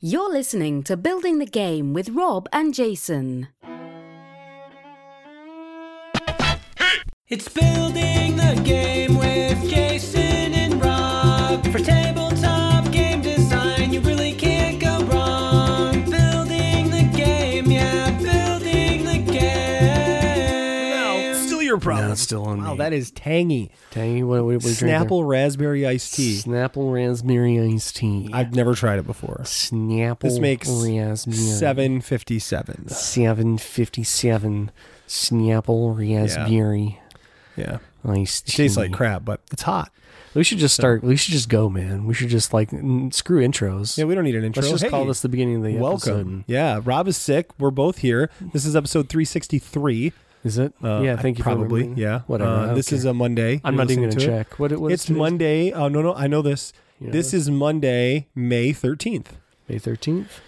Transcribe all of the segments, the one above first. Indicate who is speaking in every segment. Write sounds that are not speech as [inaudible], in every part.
Speaker 1: You're listening to Building the Game with Rob and Jason.
Speaker 2: It's building the game with Jason and Rob. For tabletop game design, you really can't go wrong. Building the game, yeah, building the game.
Speaker 3: Still your problem.
Speaker 4: No, it's still on
Speaker 3: wow,
Speaker 4: me.
Speaker 3: that is tangy.
Speaker 4: Tangy, what, what, what do you drink there?
Speaker 3: Snapple raspberry iced tea.
Speaker 4: Snapple raspberry iced tea.
Speaker 3: I've never tried it before.
Speaker 4: Snapple
Speaker 3: This makes
Speaker 4: raspberry.
Speaker 3: seven fifty seven.
Speaker 4: Seven fifty-seven. Snapple raspberry
Speaker 3: Yeah,
Speaker 4: iced
Speaker 3: it
Speaker 4: tea.
Speaker 3: tastes like crap, but it's hot.
Speaker 4: We should just start. We should just go, man. We should just like n- screw intros.
Speaker 3: Yeah, we don't need an intro.
Speaker 4: Let's just
Speaker 3: Hey,
Speaker 4: call this the beginning of the
Speaker 3: welcome. Yeah, Rob is sick. We're both here. This is episode three sixty three.
Speaker 4: episode. Is it? yeah, thank you. for
Speaker 3: Uh, Probably.
Speaker 4: remembering.
Speaker 3: yeah.
Speaker 4: Whatever.
Speaker 3: Uh,
Speaker 4: I don't
Speaker 3: this is
Speaker 4: care.
Speaker 3: a Monday.
Speaker 4: I'm
Speaker 3: You're
Speaker 4: not even
Speaker 3: listening to
Speaker 4: gonna
Speaker 3: it.
Speaker 4: check. What, what is
Speaker 3: It's
Speaker 4: today's-
Speaker 3: Monday. Oh no, no, I know this.
Speaker 4: You know
Speaker 3: this
Speaker 4: this?
Speaker 3: is Monday, May thirteenth.
Speaker 4: May thirteenth.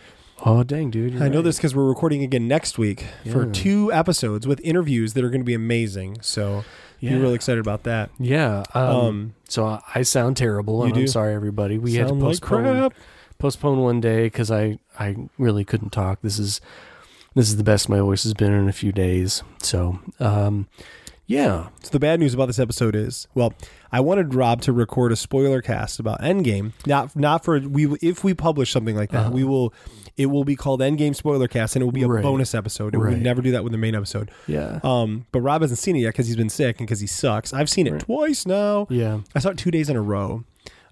Speaker 4: Oh dang, dude! you're
Speaker 3: I know
Speaker 4: right.
Speaker 3: this because we're recording again next week for
Speaker 4: Yeah.
Speaker 3: two episodes with interviews that are going to be amazing. So
Speaker 4: Yeah.
Speaker 3: you're really excited about that.
Speaker 4: Yeah. Um,
Speaker 3: Um,
Speaker 4: so I, I sound terrible, and
Speaker 3: you
Speaker 4: I'm
Speaker 3: do.
Speaker 4: sorry, everybody. We had to
Speaker 3: Sound like
Speaker 4: postpone
Speaker 3: crap.
Speaker 4: postpone one day because I I really couldn't talk. This is this is the best my voice has been in a few days. So um, yeah,
Speaker 3: So the bad news about this episode is, well, I wanted Rob to record a spoiler cast about Endgame. Not not for we if we publish something like that, we will it will be called Endgame spoiler cast and it will be a
Speaker 4: Uh-huh. Right.
Speaker 3: bonus episode. And
Speaker 4: Right.
Speaker 3: we never do that with the main episode.
Speaker 4: yeah,
Speaker 3: Um, but Rob hasn't seen it yet because he's been sick and because he sucks. I've seen it twice now.
Speaker 4: yeah.
Speaker 3: I saw it two days in a row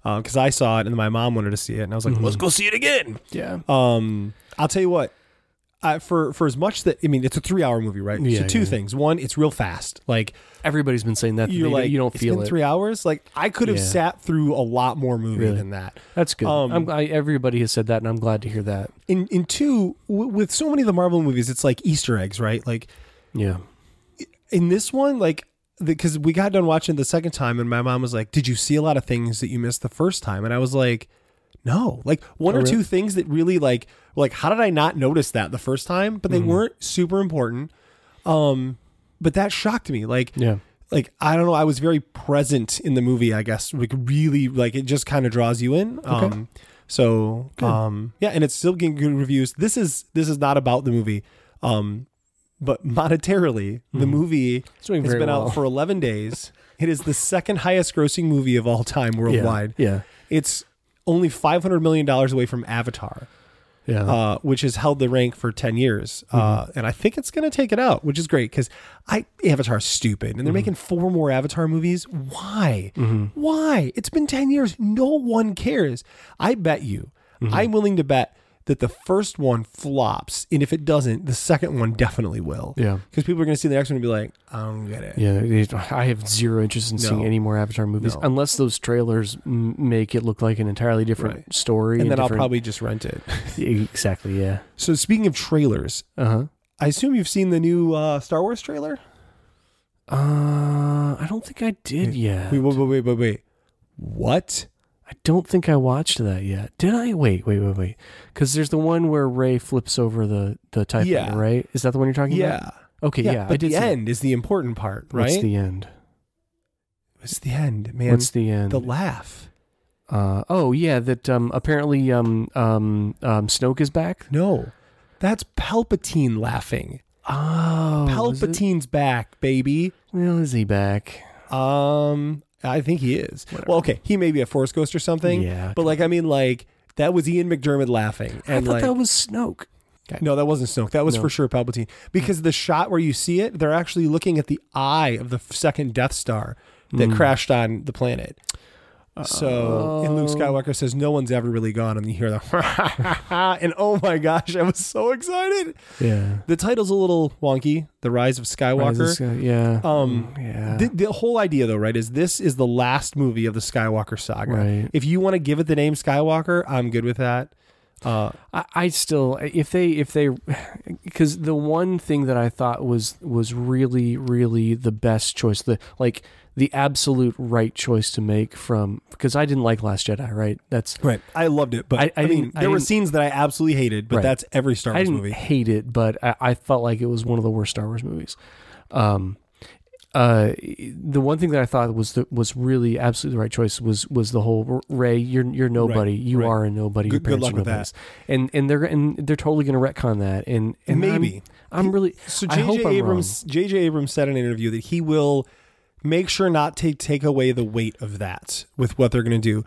Speaker 3: because I saw it and my mom wanted to see it and I was like,
Speaker 4: Mm-hmm.
Speaker 3: let's go see it again.
Speaker 4: Yeah.
Speaker 3: Um, I'll tell you what. I, for for as much that I mean, it's a three hour movie, right?
Speaker 4: Yeah,
Speaker 3: so two
Speaker 4: yeah.
Speaker 3: things. One, it's real fast. Like
Speaker 4: Everybody's been saying that.
Speaker 3: you're
Speaker 4: They-
Speaker 3: like
Speaker 4: you don't
Speaker 3: it's
Speaker 4: feel
Speaker 3: been
Speaker 4: it.
Speaker 3: three hours. Like I could have
Speaker 4: Yeah.
Speaker 3: sat through a lot more movie
Speaker 4: Really?
Speaker 3: than that.
Speaker 4: That's good.
Speaker 3: um,
Speaker 4: I'm, I, everybody has said that, and I'm glad to hear that.
Speaker 3: In in two, w- with so many of the Marvel movies, it's like Easter eggs, right? Like
Speaker 4: Yeah.
Speaker 3: in this one, like because we got done watching it the second time, and my mom was like, "Did you see a lot of things that you missed the first time?" And I was like, "No, like one
Speaker 4: Oh,
Speaker 3: or
Speaker 4: really?
Speaker 3: two things that really like like how did I not notice that the first time? But they
Speaker 4: Mm-hmm.
Speaker 3: weren't super important. Um, but that shocked me. Like
Speaker 4: Yeah.
Speaker 3: like I don't know, I was very present in the movie. I guess like really like it just kind of draws you in. Um, so um, yeah, and it's still getting good reviews. This is this is not about the movie, um, but [laughs] monetarily, the movie
Speaker 4: Hmm. It's doing
Speaker 3: has
Speaker 4: very
Speaker 3: been
Speaker 4: well.
Speaker 3: out for eleven days. it is the second highest grossing movie of all time
Speaker 4: Yeah.
Speaker 3: worldwide.
Speaker 4: Yeah.
Speaker 3: It's only five hundred million dollars away from Avatar.
Speaker 4: Yeah.
Speaker 3: Uh, which has held the rank for 10 years. Uh,
Speaker 4: Mm-hmm.
Speaker 3: and I think it's going to take it out, which is great because I Avatar's stupid. And they're
Speaker 4: Mm-hmm.
Speaker 3: making four more Avatar movies. Why? Why? It's been 10 years. No one cares. I bet you,
Speaker 4: Mm-hmm.
Speaker 3: I'm willing to bet that the first one flops. And if it doesn't, the second one definitely will.
Speaker 4: Yeah.
Speaker 3: Because people are going to see the next one and be like, I don't get it.
Speaker 4: Yeah, it- I have zero interest in seeing
Speaker 3: No.
Speaker 4: any more Avatar movies
Speaker 3: No.
Speaker 4: unless those trailers m- make it look like an entirely different
Speaker 3: Right.
Speaker 4: story.
Speaker 3: And then I'll
Speaker 4: different-
Speaker 3: probably just rent it. [laughs]
Speaker 4: exactly, yeah.
Speaker 3: so speaking of trailers,
Speaker 4: Uh-huh.
Speaker 3: I assume you've seen the new uh, Star Wars trailer?
Speaker 4: Uh I don't think I did yet.
Speaker 3: Wait, wait, wait, wait, wait, wait. What?
Speaker 4: I don't think I watched that yet. Did I? Wait, wait, wait, wait. Because there's the one where Ray flips over the the typewriter,
Speaker 3: Yeah.
Speaker 4: right? Is that the one you're talking about?
Speaker 3: Yeah.
Speaker 4: Okay, yeah.
Speaker 3: but
Speaker 4: I did
Speaker 3: the
Speaker 4: see that.
Speaker 3: end is the important part, right?
Speaker 4: What's the end?
Speaker 3: It's the end, man.
Speaker 4: What's the end?
Speaker 3: the laugh?
Speaker 4: uh, oh yeah, that um, apparently um, um, um, Snoke is back.
Speaker 3: No, that's Palpatine laughing.
Speaker 4: Oh, is it?
Speaker 3: Palpatine's back, baby.
Speaker 4: Well, is he back?
Speaker 3: Um, I think he is. Well, okay, he may be a force ghost or something.
Speaker 4: Yeah.
Speaker 3: but like, I mean, like that was Ian McDermott laughing,
Speaker 4: I
Speaker 3: and
Speaker 4: thought
Speaker 3: like,
Speaker 4: that was Snoke.
Speaker 3: no, that wasn't Snoke. That was
Speaker 4: No.
Speaker 3: for sure Palpatine because the shot where you see it, they're actually looking at the eye of the second Death Star that
Speaker 4: Hmm.
Speaker 3: crashed on the planet. So, and Luke Skywalker says, No one's ever really gone. And you hear the, [laughs] and oh my gosh, I was so excited.
Speaker 4: Yeah.
Speaker 3: The title's a little wonky The Rise of Skywalker.
Speaker 4: yeah.
Speaker 3: Um,
Speaker 4: Mm, yeah.
Speaker 3: The, the whole idea, though, right, is this is the last movie of the Skywalker saga.
Speaker 4: Right.
Speaker 3: If you want to give it the name Skywalker, I'm good with that. Uh,
Speaker 4: I, I still if they if they [sighs] because the one thing that I thought was was really really the best choice the like the absolute right choice to make from because I didn't like Last Jedi right that's
Speaker 3: right. I loved it, but
Speaker 4: I-
Speaker 3: I,
Speaker 4: I
Speaker 3: mean,
Speaker 4: didn't- I
Speaker 3: there were
Speaker 4: didn't-
Speaker 3: scenes that I absolutely hated, but
Speaker 4: Right.
Speaker 3: that's every Star
Speaker 4: I
Speaker 3: Wars
Speaker 4: didn't
Speaker 3: movie.
Speaker 4: hate it but I, I felt like it was one of the worst Star Wars movies. Um, uh, the one thing that I thought was the, was really absolutely the right choice was was the whole Ray, you're you're nobody, you
Speaker 3: right.
Speaker 4: are a nobody, your
Speaker 3: Good- good
Speaker 4: parents
Speaker 3: luck
Speaker 4: are
Speaker 3: with
Speaker 4: nobodies, and and they're and they're totally going to retcon that, and, and I'm-
Speaker 3: Maybe.
Speaker 4: I'm, really
Speaker 3: So
Speaker 4: I hope
Speaker 3: JJ
Speaker 4: I'm
Speaker 3: Abrams JJ Abrams said in an interview that he will make sure not to take away the weight of that with what they're going to do.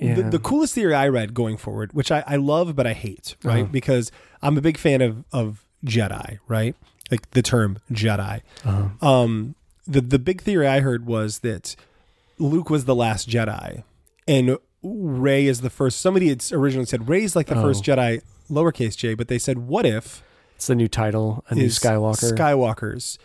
Speaker 3: The,
Speaker 4: Yeah.
Speaker 3: the coolest theory I read going forward, which I, I love but I hate,
Speaker 4: Uh-huh.
Speaker 3: right? Because I'm a big fan of of Jedi, right? Like the term Jedi.
Speaker 4: Uh-huh.
Speaker 3: Um, the the big theory I heard was that Luke was the last Jedi, and Ray is the first. Somebody had originally said Ray's
Speaker 4: Oh.
Speaker 3: like the first Jedi, lowercase J, but they said, what if?
Speaker 4: wrong. It's the new title, a new
Speaker 3: is
Speaker 4: Skywalker.
Speaker 3: Skywalker's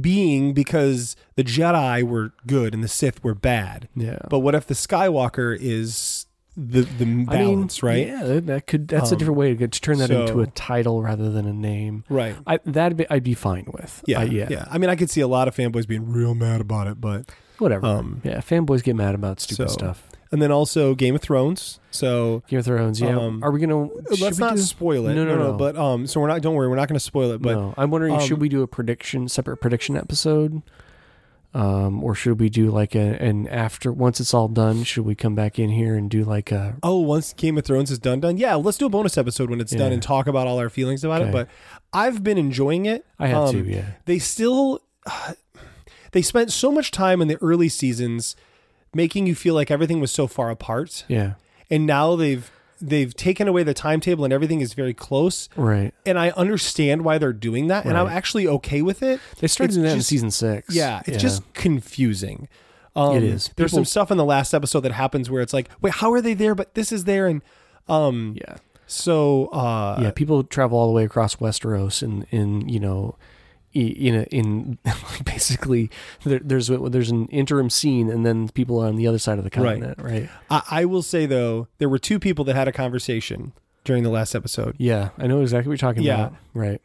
Speaker 3: being because the Jedi were good and the Sith were bad.
Speaker 4: Yeah.
Speaker 3: But what if the Skywalker is the the
Speaker 4: I mean,
Speaker 3: balance, right? Um,
Speaker 4: Yeah, that- that could that's a different way to, get, to turn that
Speaker 3: so-
Speaker 4: into a title rather than a name.
Speaker 3: Right.
Speaker 4: I, that'd be, I'd be fine with. Uh,
Speaker 3: Yeah,
Speaker 4: I-
Speaker 3: yeah. I mean, I could see a lot of fanboys being real mad about it, but
Speaker 4: whatever.
Speaker 3: Um,
Speaker 4: yeah, fanboys get mad about stupid
Speaker 3: so-
Speaker 4: stuff.
Speaker 3: and then also Game of Thrones. So
Speaker 4: Game of Thrones. Yeah,
Speaker 3: Um,
Speaker 4: are we gonna? should
Speaker 3: let's
Speaker 4: we
Speaker 3: not
Speaker 4: do-
Speaker 3: spoil it.
Speaker 4: No, no, no.
Speaker 3: But um, so we're not. Don't worry, we're not going to spoil it. But
Speaker 4: no, I'm wondering,
Speaker 3: um,
Speaker 4: should we do a prediction, separate prediction episode, um, or should we do like a, an after? Once it's all done, should we come back in here and do like a?
Speaker 3: oh, once Game of Thrones is done, done. Yeah, let's do a bonus episode when it's done
Speaker 4: Yeah.
Speaker 3: and talk about all our feelings about it.
Speaker 4: Okay.
Speaker 3: But I've been enjoying it.
Speaker 4: I have
Speaker 3: Um,
Speaker 4: to. Yeah,
Speaker 3: they still [sighs] they spent so much time in the early seasons making you feel like everything was so far apart
Speaker 4: yeah,
Speaker 3: and now they've they've taken away the timetable and everything is very close
Speaker 4: right.
Speaker 3: and i understand why they're doing that and i'm
Speaker 4: Right.
Speaker 3: actually okay with it
Speaker 4: They started
Speaker 3: It's
Speaker 4: doing that in
Speaker 3: just-
Speaker 4: season six.
Speaker 3: yeah it's just confusing um,
Speaker 4: It is.
Speaker 3: there's
Speaker 4: People-
Speaker 3: some stuff in the last episode that happens where it's like wait how are they there but this is there and um
Speaker 4: yeah,
Speaker 3: so uh
Speaker 4: yeah. People travel all the way across Westeros and in you know. i- In a, in [laughs] like, basically, there, there's a- there's an interim scene, and then people are on the other side of the
Speaker 3: Right.
Speaker 4: continent, right?
Speaker 3: I, I will say though there were two people that had a conversation during the last episode
Speaker 4: Yeah, I know exactly what you're talking
Speaker 3: Yeah.
Speaker 4: about. Right.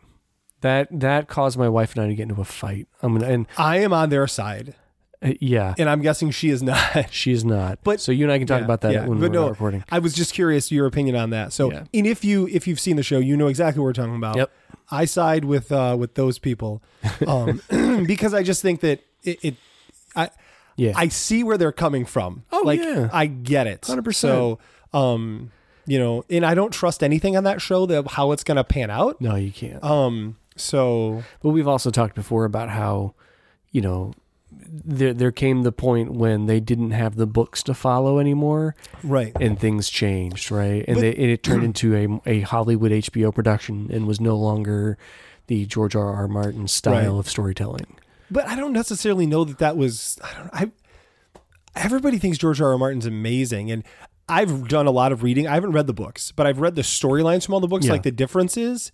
Speaker 4: That that caused my wife and I to get into a fight. I'm gonna and
Speaker 3: i am on their side
Speaker 4: uh, yeah,
Speaker 3: and I'm guessing she is not.
Speaker 4: she's not.
Speaker 3: But-
Speaker 4: so you and I can talk
Speaker 3: [laughs] Yeah,
Speaker 4: about that
Speaker 3: yeah,
Speaker 4: when
Speaker 3: but
Speaker 4: we're
Speaker 3: no,
Speaker 4: not recording.
Speaker 3: I was just curious your opinion on that. So,
Speaker 4: Yeah.
Speaker 3: and if you if you've seen the show, you know exactly what we're talking about.
Speaker 4: Yep.
Speaker 3: I side with uh, with those
Speaker 4: [laughs]
Speaker 3: people um, [clears throat] because I just think that it, it I
Speaker 4: Yeah,
Speaker 3: I see where they're coming from.
Speaker 4: Oh,
Speaker 3: like
Speaker 4: yeah.
Speaker 3: I get it.
Speaker 4: 100%.
Speaker 3: So, um, you know, and I don't trust anything on that show that how it's going to pan out.
Speaker 4: no, you can't.
Speaker 3: Um, so
Speaker 4: But we've also talked before about how, you know, there there came the point when they didn't have the books to follow anymore,
Speaker 3: right.
Speaker 4: and things changed, right? And, they, and it
Speaker 3: [clears throat]
Speaker 4: turned into a a Hollywood HBO production and was no longer the George R. R. Martin style
Speaker 3: Right.
Speaker 4: of storytelling.
Speaker 3: But I don't necessarily know that that was. I don't. I everybody thinks George R. R. Martin's amazing, and I've done a lot of reading. I haven't read the books, but I've read the storylines from all the books.
Speaker 4: Yeah.
Speaker 3: Like the differences,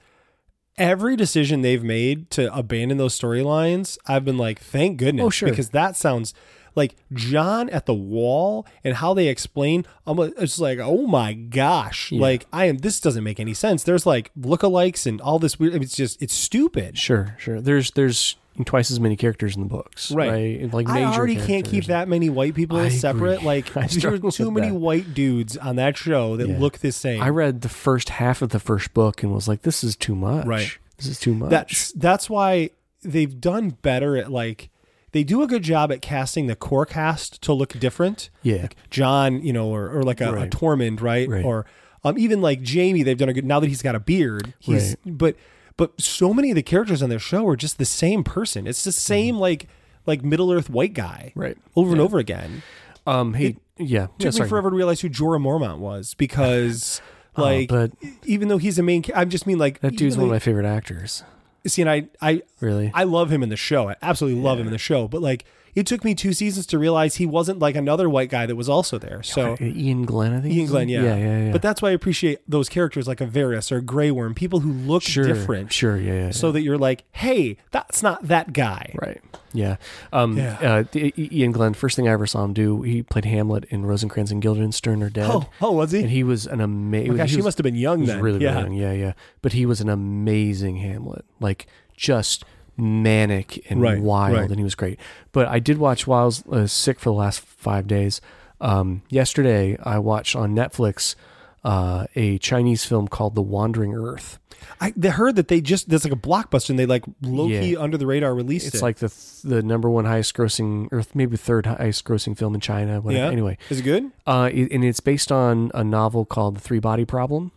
Speaker 3: every decision they've made to abandon those storylines, I've been like, thank goodness,
Speaker 4: Oh, sure.
Speaker 3: because that sounds like John at the wall and how they explain. I'm like- it's like, oh my gosh, like I am. This doesn't make any sense. There's like lookalikes and all this weird. It's just it's stupid.
Speaker 4: Sure, sure. There's there's twice as many characters in the books,
Speaker 3: Right.
Speaker 4: right? And, Like
Speaker 3: I
Speaker 4: major
Speaker 3: already can't keep
Speaker 4: characters.
Speaker 3: that many white people
Speaker 4: I
Speaker 3: separate.
Speaker 4: [laughs] agree.
Speaker 3: Like [laughs]
Speaker 4: I
Speaker 3: there are
Speaker 4: struggle
Speaker 3: too
Speaker 4: with
Speaker 3: many
Speaker 4: that.
Speaker 3: white dudes on that show that
Speaker 4: Yeah.
Speaker 3: look the same.
Speaker 4: I read the first half of the first book and was like, this is too much.
Speaker 3: Right.
Speaker 4: This is too much.
Speaker 3: that's that's why they've done better at like they do a good job at casting the core cast to look different.
Speaker 4: yeah.
Speaker 3: John, you know, or, or like a, a
Speaker 4: Right.
Speaker 3: Tormund, right?
Speaker 4: Right.
Speaker 3: Or um, even like Jamie, they've done a good. Now that he's got a beard, he's but but so many of the characters on their show are just the same person. It's the same like like Middle Earth white guy,
Speaker 4: Mm-hmm. Right.
Speaker 3: Over and over again.
Speaker 4: um. Hey. yeah.
Speaker 3: took
Speaker 4: yeah,
Speaker 3: me
Speaker 4: sorry. Oh,
Speaker 3: forever to realize who Jorah Mormont was
Speaker 4: [laughs]
Speaker 3: because, like,
Speaker 4: but-
Speaker 3: even though he's a main, ca- I just mean like
Speaker 4: That dude's
Speaker 3: even
Speaker 4: one of my
Speaker 3: though-
Speaker 4: favorite actors.
Speaker 3: See, and I, I,
Speaker 4: Really.
Speaker 3: I love him in the show. I absolutely love him in the show. But like, it took me two seasons to realize he wasn't like another white guy that was also there. So.
Speaker 4: Ian Glenn, I think.
Speaker 3: Ian
Speaker 4: his
Speaker 3: Glenn, yeah.
Speaker 4: name- Yeah. Yeah. Yeah.
Speaker 3: But that's why I appreciate those characters like a Varys or a Grey Worm, people who look
Speaker 4: sure.
Speaker 3: different,
Speaker 4: Sure. Yeah. Yeah.
Speaker 3: so that you're like, hey, that's not that guy.
Speaker 4: Right. Yeah. Um,
Speaker 3: Yeah.
Speaker 4: Uh, I- I- Ian Glenn, first thing I ever saw him do, he played Hamlet in Rosencrantz and Guildenstern are Dead.
Speaker 3: Oh, oh, was he?
Speaker 4: And he was an amazing.
Speaker 3: Oh my gosh, he must have been young
Speaker 4: was
Speaker 3: then.
Speaker 4: Really
Speaker 3: Yeah.
Speaker 4: young, yeah, yeah. But he was an amazing Hamlet, like just manic and
Speaker 3: Right,
Speaker 4: wild,
Speaker 3: right.
Speaker 4: and he was great. But I did watch while I was uh, sick for the last five days. Um, yesterday, I watched on Netflix uh, a Chinese film called The Wandering Earth.
Speaker 3: I they heard that they just there's like a blockbuster and they like low key
Speaker 4: Yeah.
Speaker 3: under the radar released
Speaker 4: It's
Speaker 3: it.
Speaker 4: like the th- the number one highest grossing, or th- maybe third highest grossing film in China. Whatever.
Speaker 3: yeah.
Speaker 4: Anyway,
Speaker 3: is it good?
Speaker 4: uh, it, and it's based on a novel called The Three Body Problem.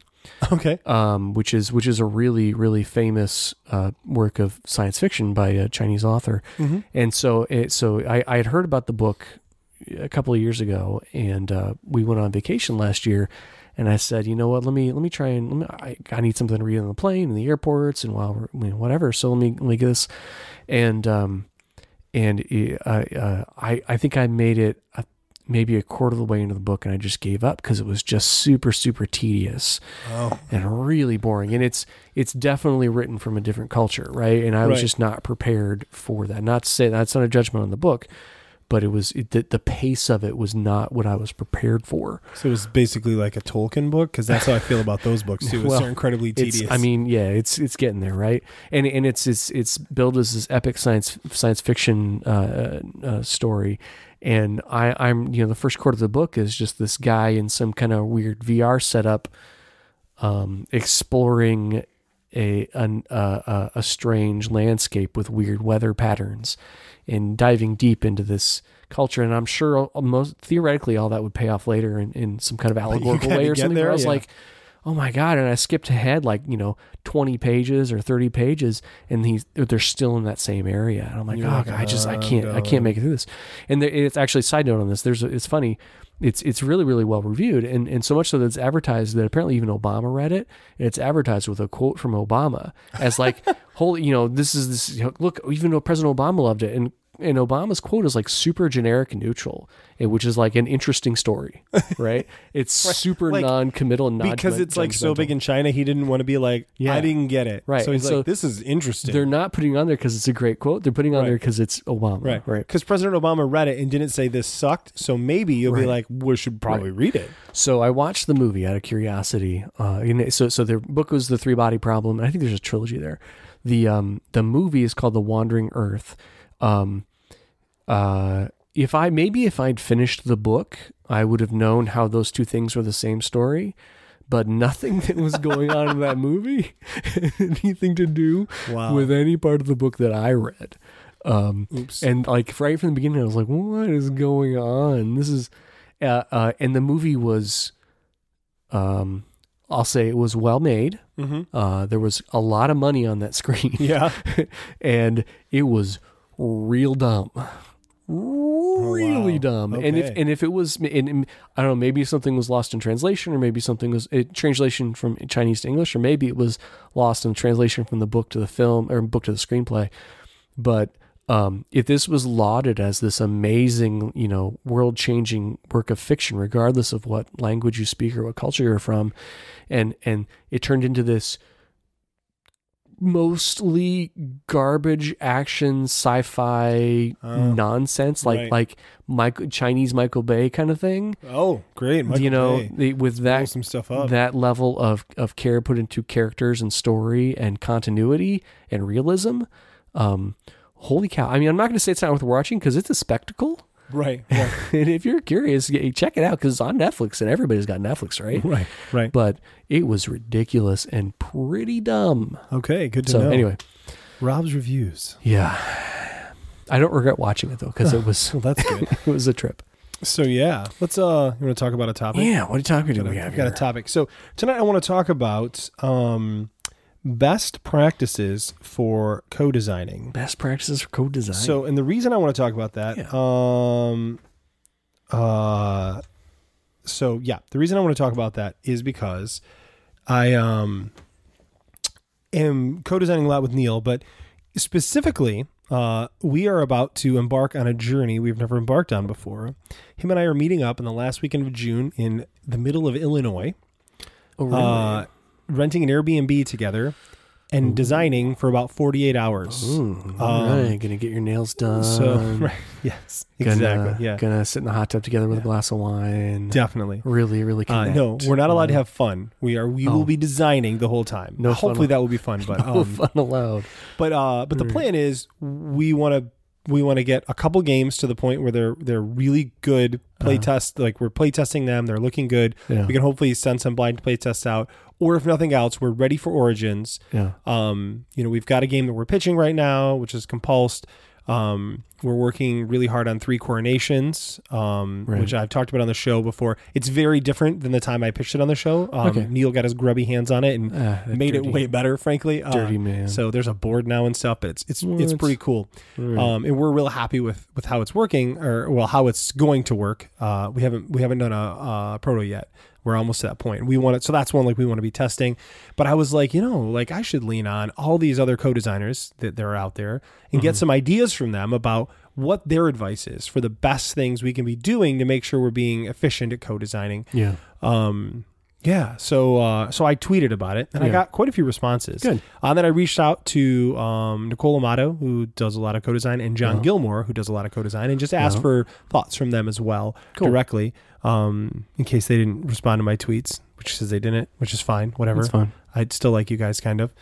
Speaker 3: Okay.
Speaker 4: um, which is which is a really really famous uh, work of science fiction by a Chinese author. And so it, so I, I had heard about the book a couple of years ago, and uh, we went on vacation last year. And I said, you know what? Let me let me try and let me, I, I need something to read on the plane, in the airports, and while we're, you know, whatever. So let me let me get this, and um, and uh, uh, I I think I made it uh maybe a quarter of the way into the book, and I just gave up because it was just super super tedious and really boring. And it's it's definitely written from a different culture, right? And I was
Speaker 3: Right.
Speaker 4: just not prepared for that. Not to say that's not a judgment on the book, but it was it, the, the pace of it was not what I was prepared for.
Speaker 3: So it was basically like a Tolkien book because that's how I feel about those books
Speaker 4: [laughs]
Speaker 3: too.
Speaker 4: Well,
Speaker 3: it's so incredibly
Speaker 4: It's-
Speaker 3: tedious.
Speaker 4: I mean, yeah, it's it's getting there, right? And and it's it's it's billed as this epic science science fiction uh, uh, story, and I I'm you know the first quarter of the book is just this guy in some kind of weird VR setup, um, exploring a an, uh, uh, a strange landscape with weird weather patterns, and diving deep into this culture and i'm sure al- most theoretically all that would pay off later in, in some kind of allegorical
Speaker 3: gotta
Speaker 4: way or
Speaker 3: get
Speaker 4: something but
Speaker 3: there,
Speaker 4: i was
Speaker 3: yeah.
Speaker 4: like oh my god and i skipped ahead like you know 20 pages or 30 pages and he's they're still in that same area and i'm like oh god, i just i can't i can't make it through this and there, it's actually side note on this there's a, it's funny it's it's really really well reviewed and and so much so that it's advertised that apparently even obama read it and it's advertised with a quote from obama as [laughs] like holy you know this is this you know, look even though president obama loved it and and Obama's quote is like super generic and neutral, eh, which is like an interesting story, [laughs] right? It's super
Speaker 3: like,
Speaker 4: non-committal and non
Speaker 3: because it's like so
Speaker 4: judgmental.
Speaker 3: big in China, he didn't want to be like,
Speaker 4: Yeah.
Speaker 3: I didn't get it.
Speaker 4: Right,
Speaker 3: So he's
Speaker 4: and so
Speaker 3: like, this is interesting.
Speaker 4: They're not putting on there because it's a great quote. They're putting on
Speaker 3: Right.
Speaker 4: there because it's Obama.
Speaker 3: right,
Speaker 4: Right.
Speaker 3: Because President Obama read it and didn't say this sucked. So maybe you'll be like, we should probably read it.
Speaker 4: So I watched the movie out of curiosity. Uh, you know, so so their book was the Three Body Problem. and I think there's a trilogy there. The um the movie is called The Wandering Earth. Um, uh, if I maybe if I'd finished the book, I would have known how those two things were the same story. But nothing that was going
Speaker 3: [laughs]
Speaker 4: on in that movie had anything to do
Speaker 3: Wow.
Speaker 4: with any part of the book that I read. Um, And like right from the beginning, I was like, "What is going on? This is," uh, uh, and the movie was, um, I'll say it was well made. Uh, there was a lot of money on that screen,
Speaker 3: Yeah.
Speaker 4: [laughs] and it was real dumb, really
Speaker 3: Oh, wow.
Speaker 4: dumb. And if
Speaker 3: Okay.
Speaker 4: and if it was, and, and I don't know, maybe something was lost in translation, or maybe something was it, translation from Chinese to English, or maybe it was lost in translation from the book to the film or book to the screenplay. But um, if this was lauded as this amazing, you know, world changing work of fiction, regardless of what language you speak or what culture you're from, and and it turned into this mostly garbage action sci-fi
Speaker 3: Oh,
Speaker 4: nonsense like
Speaker 3: right.
Speaker 4: like Michael Chinese Michael Bay kind of thing
Speaker 3: Oh, great. Michael
Speaker 4: you know
Speaker 3: Bay.
Speaker 4: the, with
Speaker 3: Blow
Speaker 4: that
Speaker 3: some stuff up.
Speaker 4: that level of of care put into characters and story and continuity and realism um holy cow i mean i'm not going to say it's not worth watching because it's a spectacle [laughs]
Speaker 3: right. Right.
Speaker 4: and if you're curious y- check it out because it's on netflix and everybody's got netflix right
Speaker 3: right. Right.
Speaker 4: but it was ridiculous and pretty dumb
Speaker 3: okay. Good to
Speaker 4: so
Speaker 3: know.
Speaker 4: anyway
Speaker 3: Rob's reviews.
Speaker 4: yeah i don't regret watching it though because it
Speaker 3: [laughs]
Speaker 4: was
Speaker 3: Well, that's good.
Speaker 4: [laughs] it was a trip
Speaker 3: so yeah, let's. Uh, you want to talk about a topic?
Speaker 4: yeah what topic do
Speaker 3: got
Speaker 4: we
Speaker 3: a,
Speaker 4: have
Speaker 3: got
Speaker 4: here?
Speaker 3: a topic. So tonight I want to talk about um, best practices for co-designing.
Speaker 4: best practices for code design
Speaker 3: So, and the reason I want to talk about that,
Speaker 4: Yeah.
Speaker 3: um, uh, so yeah, the reason I want to talk about that is because I um am co-designing a lot with Neil, but specifically. Uh, we are about to embark on a journey we've never embarked on before. Him and I are meeting up in the last weekend of June in the middle of Illinois
Speaker 4: oh, really?
Speaker 3: uh, renting an Airbnb together and designing for about 48 hours.
Speaker 4: Ooh, all right, gonna get your nails done.
Speaker 3: um, So, [laughs] right, yes,
Speaker 4: gonna,
Speaker 3: exactly. Yeah,
Speaker 4: Gonna sit in the hot tub together with a glass of wine.
Speaker 3: definitely.
Speaker 4: Really, really
Speaker 3: Uh,
Speaker 4: connect.
Speaker 3: no, we're
Speaker 4: [laughs]
Speaker 3: not allowed to have fun. We are. We
Speaker 4: Oh.
Speaker 3: will be designing the whole time.
Speaker 4: No fun
Speaker 3: hopefully
Speaker 4: [laughs] allowed.
Speaker 3: um, that will be fun. But
Speaker 4: No
Speaker 3: um,
Speaker 4: fun allowed.
Speaker 3: but uh, but the plan is we want to we want to get a couple games to the point where they're they're really good playtest like we're playtesting them they're looking good
Speaker 4: Uh-huh. Yeah.
Speaker 3: we can hopefully send some blind playtests out or if nothing else we're ready for origins
Speaker 4: Yeah.
Speaker 3: um you know we've got a game that we're pitching right now which is compulsed um we're working really hard on three coronations um
Speaker 4: Right.
Speaker 3: which i've talked about on the show before it's very different than the time i pitched it on the show um
Speaker 4: Okay.
Speaker 3: neil got his grubby hands on it and
Speaker 4: Ah, that
Speaker 3: made
Speaker 4: dirty-
Speaker 3: it way better frankly Uh,
Speaker 4: dirty man.
Speaker 3: so there's a board now and stuff but it's it's
Speaker 4: Well,
Speaker 3: it's
Speaker 4: that's-
Speaker 3: pretty cool um, and we're real happy with with how it's working or well how it's going to work uh, we haven't we haven't done a, a proto yet we're almost to that point we want it so that's one like we want to be testing but i was like you know like i should lean on all these other co-designers that that are out there and
Speaker 4: Mm-hmm.
Speaker 3: get some ideas from them about what their advice is for the best things we can be doing to make sure we're being efficient at co-designing
Speaker 4: Yeah.
Speaker 3: um, yeah, so uh, so I tweeted about it, and I
Speaker 4: Yeah.
Speaker 3: got quite a few responses.
Speaker 4: Good.
Speaker 3: And then I reached out to um, Nicole Amato, who does a lot of co-design, and
Speaker 4: Uh-huh.
Speaker 3: John Gilmore, who does a lot of co-design, and just asked
Speaker 4: Yeah.
Speaker 3: for thoughts from them as well
Speaker 4: Uh-huh. Cool.
Speaker 3: directly, um, in case they didn't respond to my tweets, which says they didn't, which is fine, whatever.
Speaker 4: That's fine.
Speaker 3: I'd still like you guys, kind of.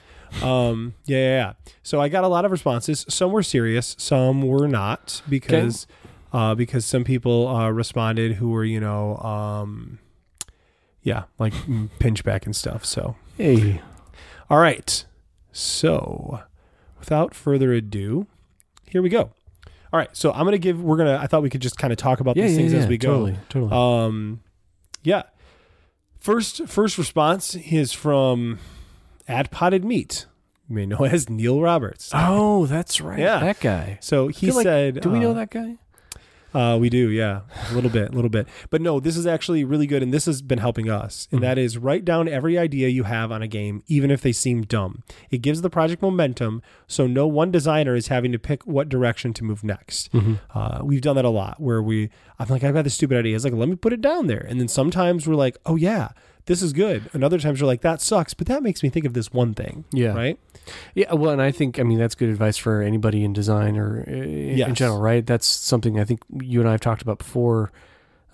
Speaker 3: Um, yeah, yeah, yeah. So I got a lot of responses. Some were serious, some were not, because uh, because some people uh, responded who were you know. Um, yeah, like mm, pinch back and stuff. So,
Speaker 4: Hey.
Speaker 3: all right. So, without further ado, here we go. All right. So, I'm going to give, we're going to, I thought we could just kind of talk about
Speaker 4: Yeah,
Speaker 3: these
Speaker 4: yeah,
Speaker 3: things
Speaker 4: yeah,
Speaker 3: as we go.
Speaker 4: Totally. Totally.
Speaker 3: Um, yeah. First, first response is from at Potted Meat, you may know [laughs] as Neil Roberts.
Speaker 4: oh, that's right.
Speaker 3: yeah.
Speaker 4: That guy.
Speaker 3: So he
Speaker 4: Feel like-
Speaker 3: said,
Speaker 4: Do we
Speaker 3: uh,
Speaker 4: know that guy?
Speaker 3: Uh, we do, yeah, a little bit, a little bit. But no, this is actually really good, and this has been helping us. And that is write down every idea you have on a game, even if they seem dumb. It gives the project momentum, so no one designer is having to pick what direction to move next. Uh, we've done that a lot, where we, I'm like, I've got this stupid idea. It's like, let me put it down there, and then sometimes we're like, oh yeah, this is good. And other times you're like, that sucks, but that makes me think of this one thing.
Speaker 4: Yeah.
Speaker 3: Right.
Speaker 4: Yeah, well, and I think I mean that's good advice for anybody in design or uh, in
Speaker 3: Yes.
Speaker 4: general, right? That's something I think you and I have talked about before,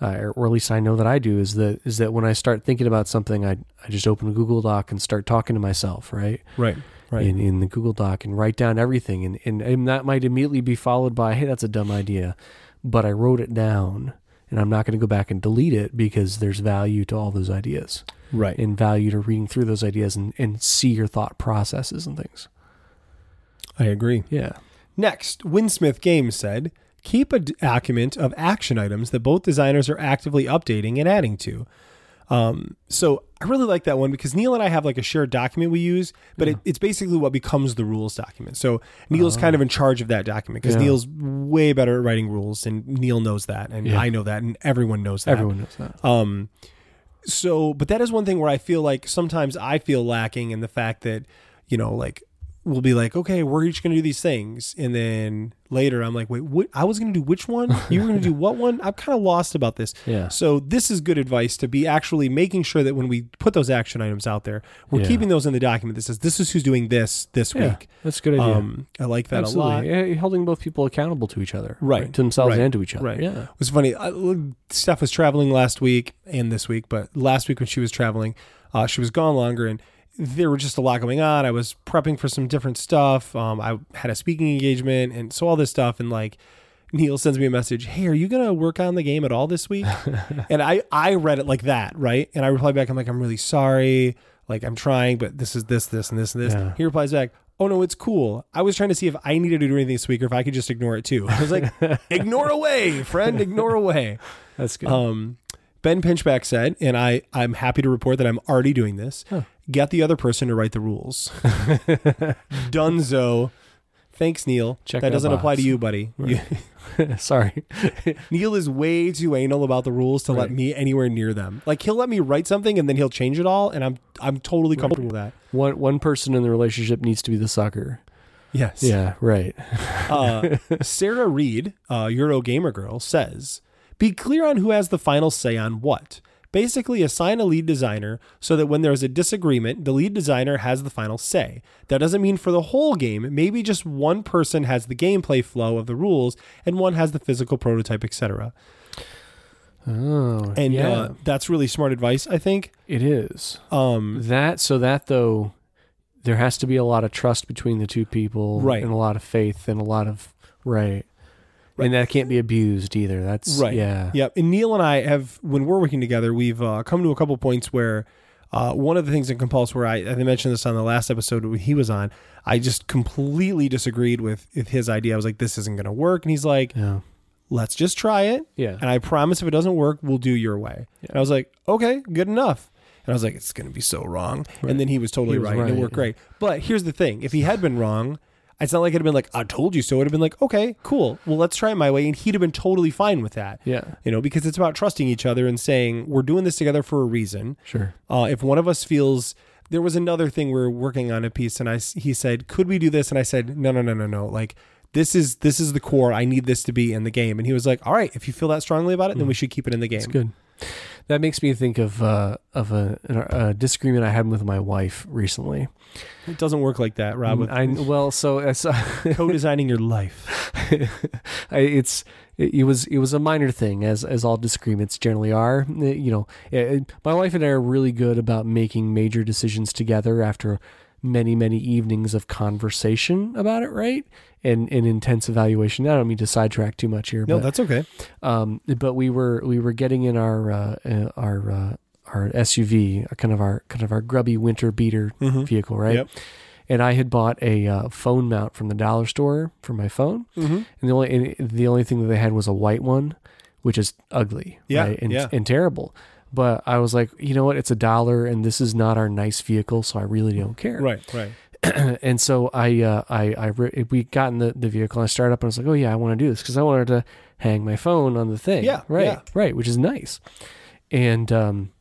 Speaker 4: uh, or- or at least I know that I do. Is that is that when I start thinking about something, I I just open a Google Doc and start talking to myself, right?
Speaker 3: Right. Right.
Speaker 4: In in the Google Doc and write down everything, and and, and that might immediately be followed by, hey, that's a dumb idea, but I wrote it down, and I'm not going to go back and delete it because there's value to all those ideas,
Speaker 3: right.
Speaker 4: and value to reading through those ideas and and see your thought processes and things.
Speaker 3: I agree.
Speaker 4: Yeah.
Speaker 3: Next, Winsmith Games said, keep a document of action items that both designers are actively updating and adding to. Um, so I really like that one because Neil and I have like a shared document we use, but it, it's basically what becomes the rules document. So Neil's kind of in charge of that document because
Speaker 4: Oh. Yeah.
Speaker 3: Neil's way better at writing rules, and Neil knows that, and
Speaker 4: Yeah.
Speaker 3: I know that, and everyone knows that.
Speaker 4: Everyone knows that. Uh,
Speaker 3: Um, so, but that is one thing where I feel like sometimes I feel lacking in the fact that, you know, like we'll be like, okay, we're each going to do these things. And then later I'm like, wait, what? I was going to do which one? You were going to
Speaker 4: [laughs]
Speaker 3: do what one? I'm kind of lost about this.
Speaker 4: Yeah.
Speaker 3: So, this is good advice to be actually making sure that when we put those action items out there, we're
Speaker 4: Yeah.
Speaker 3: keeping those in the document that says, this is who's doing this this week.
Speaker 4: that's a good idea.
Speaker 3: Um, I like that a lot.
Speaker 4: Absolutely, Yeah, you're eh, holding both people accountable to each other,
Speaker 3: Right.
Speaker 4: To themselves
Speaker 3: Right.
Speaker 4: and to each other,
Speaker 3: Right.
Speaker 4: Yeah,
Speaker 3: It was funny. I, Steph was traveling last week and this week, but last week when she was traveling, uh, she was gone longer and there were just a lot going on. I was prepping for some different stuff. Um, I had a speaking engagement and so all this stuff. And like, Neil sends me a message. Hey, are you gonna work on the game at all this
Speaker 4: [laughs]
Speaker 3: week? and I I read it like that, right? And I replied back. I'm like, I'm really sorry. Like I'm trying, but this is this, this, and this, and this.
Speaker 4: Yeah.
Speaker 3: He replies back. Oh no, it's cool. I was trying to see if I needed to do anything this week or if I could just ignore it too. I was
Speaker 4: [laughs]
Speaker 3: like, ignore away, friend, ignore away.
Speaker 4: that's good. [laughs]
Speaker 3: Um, ben Pinchback said, and I, I'm happy to report that I'm already doing this. Get the other person to write the
Speaker 4: [laughs]
Speaker 3: rules. Dunzo. Thanks, Neil.
Speaker 4: Check
Speaker 3: that
Speaker 4: that
Speaker 3: doesn't apply to
Speaker 4: box.
Speaker 3: you, buddy. You- [laughs]
Speaker 4: Sorry. [laughs]
Speaker 3: Neil is way too anal about the rules to let
Speaker 4: Right.
Speaker 3: me anywhere near them. Like he'll let me write something and then he'll change it all, and I'm I'm totally comfortable with that.
Speaker 4: one one person in the relationship needs to be the sucker.
Speaker 3: Yes.
Speaker 4: Yeah, right.
Speaker 3: Uh, Sarah Reed, uh, Euro Gamer Girl, says, "Be clear on who has the final say on what. Basically, assign a lead designer so that when there is a disagreement, the lead designer has the final say. That doesn't mean for the whole game. Maybe just one person has the gameplay flow of the rules, and one has the physical prototype, etc.
Speaker 4: Oh,
Speaker 3: And
Speaker 4: yeah,
Speaker 3: uh, that's really smart advice, I think.
Speaker 4: it is
Speaker 3: Um,
Speaker 4: that. So that though, there has to be a lot of trust between the two people,
Speaker 3: Right.
Speaker 4: And a lot of faith and a lot of right. and that can't be abused either. That's
Speaker 3: Right.
Speaker 4: Yeah.
Speaker 3: Yep. And Neil and I have, when we're working together, we've uh, come to a couple points where uh, one of the things in Compulse, where I, I mentioned this on the last episode he was on, I just completely disagreed with, with his idea. I was like, this isn't going to work. And he's like,
Speaker 4: Yeah.
Speaker 3: let's just try it.
Speaker 4: Yeah.
Speaker 3: And I promise if it doesn't work, we'll do your way. And I was like, okay, good enough. And I was like, it's going to be so wrong. And then he was totally
Speaker 4: He was
Speaker 3: right, and it
Speaker 4: right,
Speaker 3: worked
Speaker 4: yeah.
Speaker 3: great. But here's the thing if he had been wrong, it's not like it'd have been like, I told you so. It'd have been like, okay, cool. Well, let's try it my way. And he'd have been totally fine with that.
Speaker 4: Yeah.
Speaker 3: You know, because it's about trusting each other and saying, we're doing this together for a reason.
Speaker 4: Sure.
Speaker 3: Uh, if one of us feels there was another thing we were working on a piece, and I s- he said, "Could we do this?" And I said, "No, no, no, no, no. Like this is this is the core. I need this to be in the game." And he was like, "All right, if you feel that strongly about it, then we should keep it in the game."
Speaker 4: Good. That makes me think of uh, of a, a disagreement I had with my wife recently. Mm,
Speaker 3: It doesn't work like that, Rob. With
Speaker 4: I well, so as
Speaker 3: [laughs] co-designing your life,
Speaker 4: [laughs] I, it's it, it was it was a minor thing as as all disagreements generally are Uh, you know uh, my wife and i are really good about making major decisions together after many many evenings of conversation about it right and and intense evaluation i don't mean to sidetrack too much here
Speaker 3: no,
Speaker 4: but
Speaker 3: that's okay.
Speaker 4: um, but we were we were getting in our uh, uh, our uh, our SUV, uh, kind of our kind of our grubby winter beater vehicle,
Speaker 3: Mm-hmm.
Speaker 4: right?
Speaker 3: Yep.
Speaker 4: And I had bought a uh, phone mount from the dollar store for my phone,
Speaker 3: Mm-hmm.
Speaker 4: and the only and the only thing that they had was a white one, which is ugly,
Speaker 3: Yeah,
Speaker 4: right? And,
Speaker 3: yeah.
Speaker 4: and terrible. But I was like, you know what? It's a dollar, and this is not our nice vehicle, so I really don't care
Speaker 3: Right, right.
Speaker 4: and so I, uh, I, I, re- we got in the, the vehicle. And I started up and I was like, oh yeah, I want to do this because I wanted to hang my phone on the thing.
Speaker 3: Yeah,
Speaker 4: right,
Speaker 3: yeah.
Speaker 4: right, which is nice. And um,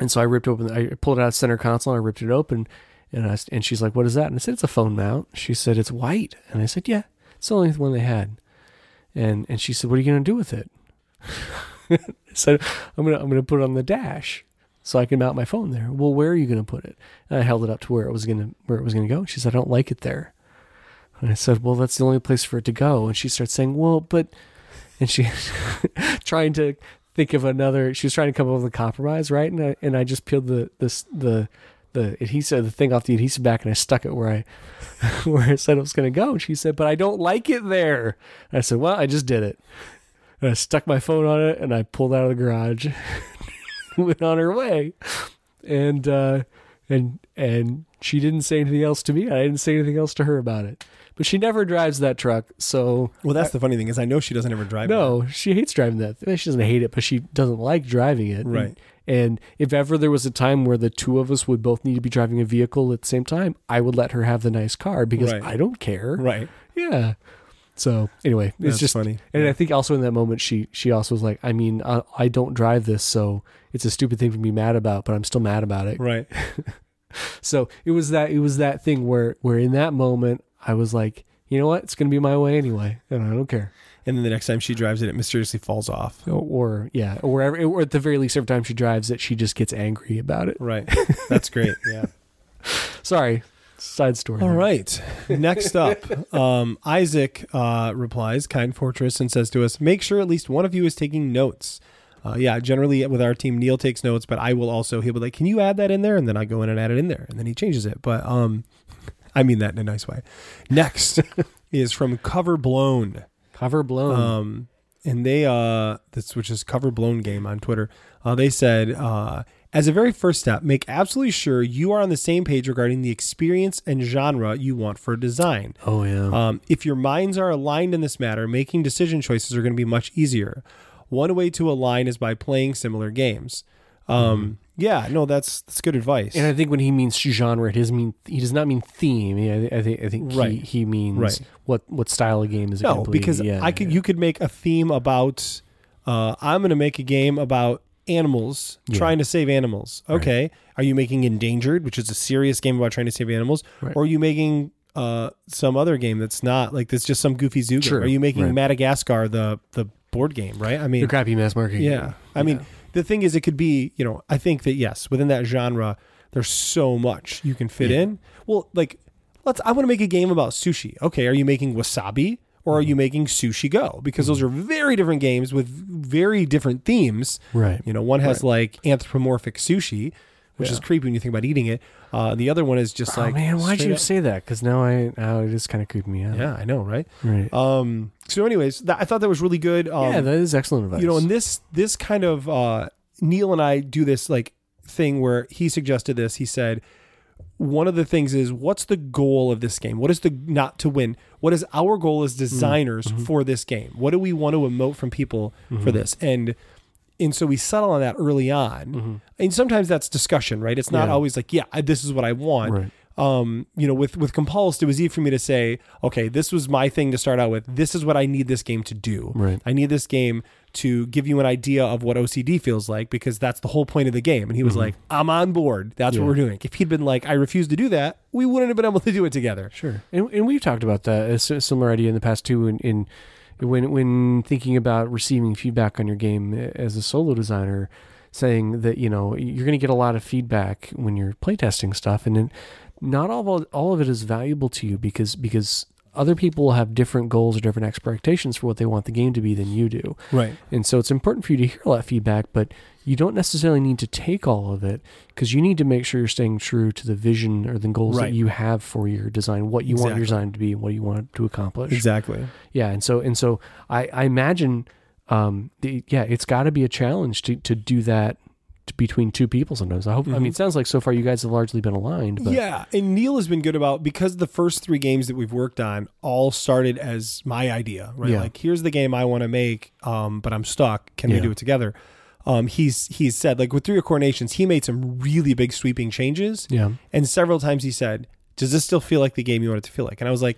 Speaker 4: and so I ripped open, I pulled it out of center console. And I ripped it open, and I s- and she's like, what is that? And I said, it's a phone mount. She said, it's white. And I said, yeah, it's the only one they had. And and she said, what are you gonna do with it? [laughs] I said, I'm gonna I'm gonna put it on the dash so I can mount my phone there. Well, where are you going to put it? And I held it up to where it was going to where it was going to go. And she said, I don't like it there. And I said, Well, that's the only place for it to go. And she starts saying, Well, but, and she [laughs] trying to think of another. She was trying to come up with a compromise, right? And I and I just peeled the this the the adhesive the thing off the adhesive back and I [laughs] stuck it where I where I said it was going to go. And she said, But I don't like it there. And I said, Well, I just did it. And I stuck my phone on it and I pulled out of the garage [laughs] went on her way and uh and and she didn't say anything else to me i didn't say anything else to her about it but she never drives that truck so
Speaker 3: Well, that's the funny thing is I know she doesn't ever drive. it.
Speaker 4: no she hates driving that I mean, she doesn't hate it but she doesn't like driving it
Speaker 3: Right.
Speaker 4: and, and if ever there was a time where the two of us would both need to be driving a vehicle at the same time i would let her have the nice car because
Speaker 3: Right.
Speaker 4: i don't care
Speaker 3: right.
Speaker 4: yeah. So anyway, it's
Speaker 3: That's
Speaker 4: just
Speaker 3: funny.
Speaker 4: And I think also in that moment, she she also was like, I mean, I, I don't drive this, so it's a stupid thing to be mad about, but I'm still mad about it.
Speaker 3: Right.
Speaker 4: So it was that it was that thing where where in that moment I was like, you know what, it's gonna be my way anyway, and I don't care.
Speaker 3: And then the next time she drives it, it mysteriously falls off.
Speaker 4: Or, or yeah, or wherever, or at the very least, every time she drives it, she just gets angry about it.
Speaker 3: Right. [laughs] That's great. Yeah.
Speaker 4: Sorry, side story.
Speaker 3: All
Speaker 4: there.
Speaker 3: right. Next up, um, Isaac uh, replies, Kind Fortress, and says to us, Make sure at least one of you is taking notes. Uh, yeah, generally with our team, Neil takes notes, but I will also, he'll be like, Can you add that in there? And then I go in and add it in there. And then he changes it. But um, [laughs] I mean that in a nice way. Next is from Cover Blown
Speaker 4: Cover blown.
Speaker 3: um, and they uh, this which is cover blown game on Twitter. Uh, they said uh, as a very first step, make absolutely sure you are on the same page regarding the experience and genre you want for a design.
Speaker 4: oh yeah.
Speaker 3: Um, if your minds are aligned in this matter, making decision choices are going to be much easier. One way to align is by playing similar games. Um, Yeah, no, that's that's good advice.
Speaker 4: Mm-hmm. And I think when he means genre, he doesn't mean he does not mean theme. Yeah, I, thi- I think I think
Speaker 3: Right.
Speaker 4: he, he means
Speaker 3: Right.
Speaker 4: what what style of game is it?
Speaker 3: No,
Speaker 4: gonna be?
Speaker 3: because
Speaker 4: yeah,
Speaker 3: I could you could make a theme about uh, I'm going to make a game about animals trying to save animals. Okay, are you making Endangered, which is a serious game about trying to save animals,
Speaker 4: Right.
Speaker 3: or are you making uh, some other game that's not like that's just some goofy zoo game?
Speaker 4: True,
Speaker 3: Are you making
Speaker 4: right.
Speaker 3: Madagascar the the board game? Right? I mean,
Speaker 4: the crappy mass market.
Speaker 3: yeah. I mean, the thing is, it could be, you know, I think that yes, within that genre, there's so much you can fit in. Well, like, let's, I want to make a game about sushi. Okay. Are you making wasabi or are you
Speaker 4: Mm-hmm.
Speaker 3: making sushi go? Because those are very different games with very different themes.
Speaker 4: Right.
Speaker 3: You know, one has like anthropomorphic sushi. which is creepy when you think about eating it. Uh, the other one is just
Speaker 4: oh
Speaker 3: like,
Speaker 4: man, why'd
Speaker 3: straight
Speaker 4: you
Speaker 3: up-
Speaker 4: say that? Because now I now it just kind of creeped me out.
Speaker 3: Yeah, I know, right?
Speaker 4: Right.
Speaker 3: Um, so, anyways, that, I thought that was really good. Um,
Speaker 4: yeah, that is excellent advice.
Speaker 3: you know, and this this kind of uh, Neil and I do this like thing where he suggested this. He said one of the things is what's the goal of this game? What is the not to win? What is our goal
Speaker 4: Mm-hmm.
Speaker 3: as designers for this game? What do we want to emote from people
Speaker 4: Mm-hmm.
Speaker 3: for this? And and so we settle on that early on. And sometimes that's discussion, right? It's not
Speaker 4: Mm-hmm. Yeah.
Speaker 3: always like, yeah, I- this is what I want
Speaker 4: Right.
Speaker 3: um, you know, with with Compulsed, it was easy for me to say, okay, this was my thing to start out with. This is what I need this game to do.
Speaker 4: Right.
Speaker 3: I need this game to give you an idea of what OCD feels like because that's the whole point of the game. And he was like, I'm on board. That's what
Speaker 4: Mm-hmm. Yeah.
Speaker 3: we're doing. If he'd been like, I refuse to do that, we wouldn't have been able to do it together.
Speaker 4: Sure, and, and we've talked about that a s- similar idea in the past too. In, in when when thinking about receiving feedback on your game eh, as a solo designer, saying that you know you're going to get a lot of feedback when you're playtesting stuff, and then not all of, all of it is valuable to you because because other people have different goals or different expectations for what they want the game to be than you do.
Speaker 3: Right.
Speaker 4: And so it's important for you to hear all that feedback, but you don't necessarily need to take all of it because you need to make sure you're staying true to the vision or the goals
Speaker 3: Right.
Speaker 4: that you have for your design, what you want your
Speaker 3: Exactly.
Speaker 4: design to be, and what you want it to accomplish.
Speaker 3: Exactly.
Speaker 4: Yeah, and so and so I, I imagine, um, the, yeah, it's got to be a challenge to to do that t- between two people sometimes. I hope. I mean, it sounds like so far you guys have largely been aligned. But
Speaker 3: Mm-hmm. Yeah, and Neil has been good about because the first three games that we've worked on all started as my idea, right?
Speaker 4: Yeah.
Speaker 3: Like, here's the game I want to make, um, but I'm stuck. Can we
Speaker 4: Yeah.
Speaker 3: do it together? Um, he's he's said like with three of coronations, he made some really big sweeping changes,
Speaker 4: yeah,
Speaker 3: and several times he said, "Does this still feel like the game you want it to feel like?" And I was like,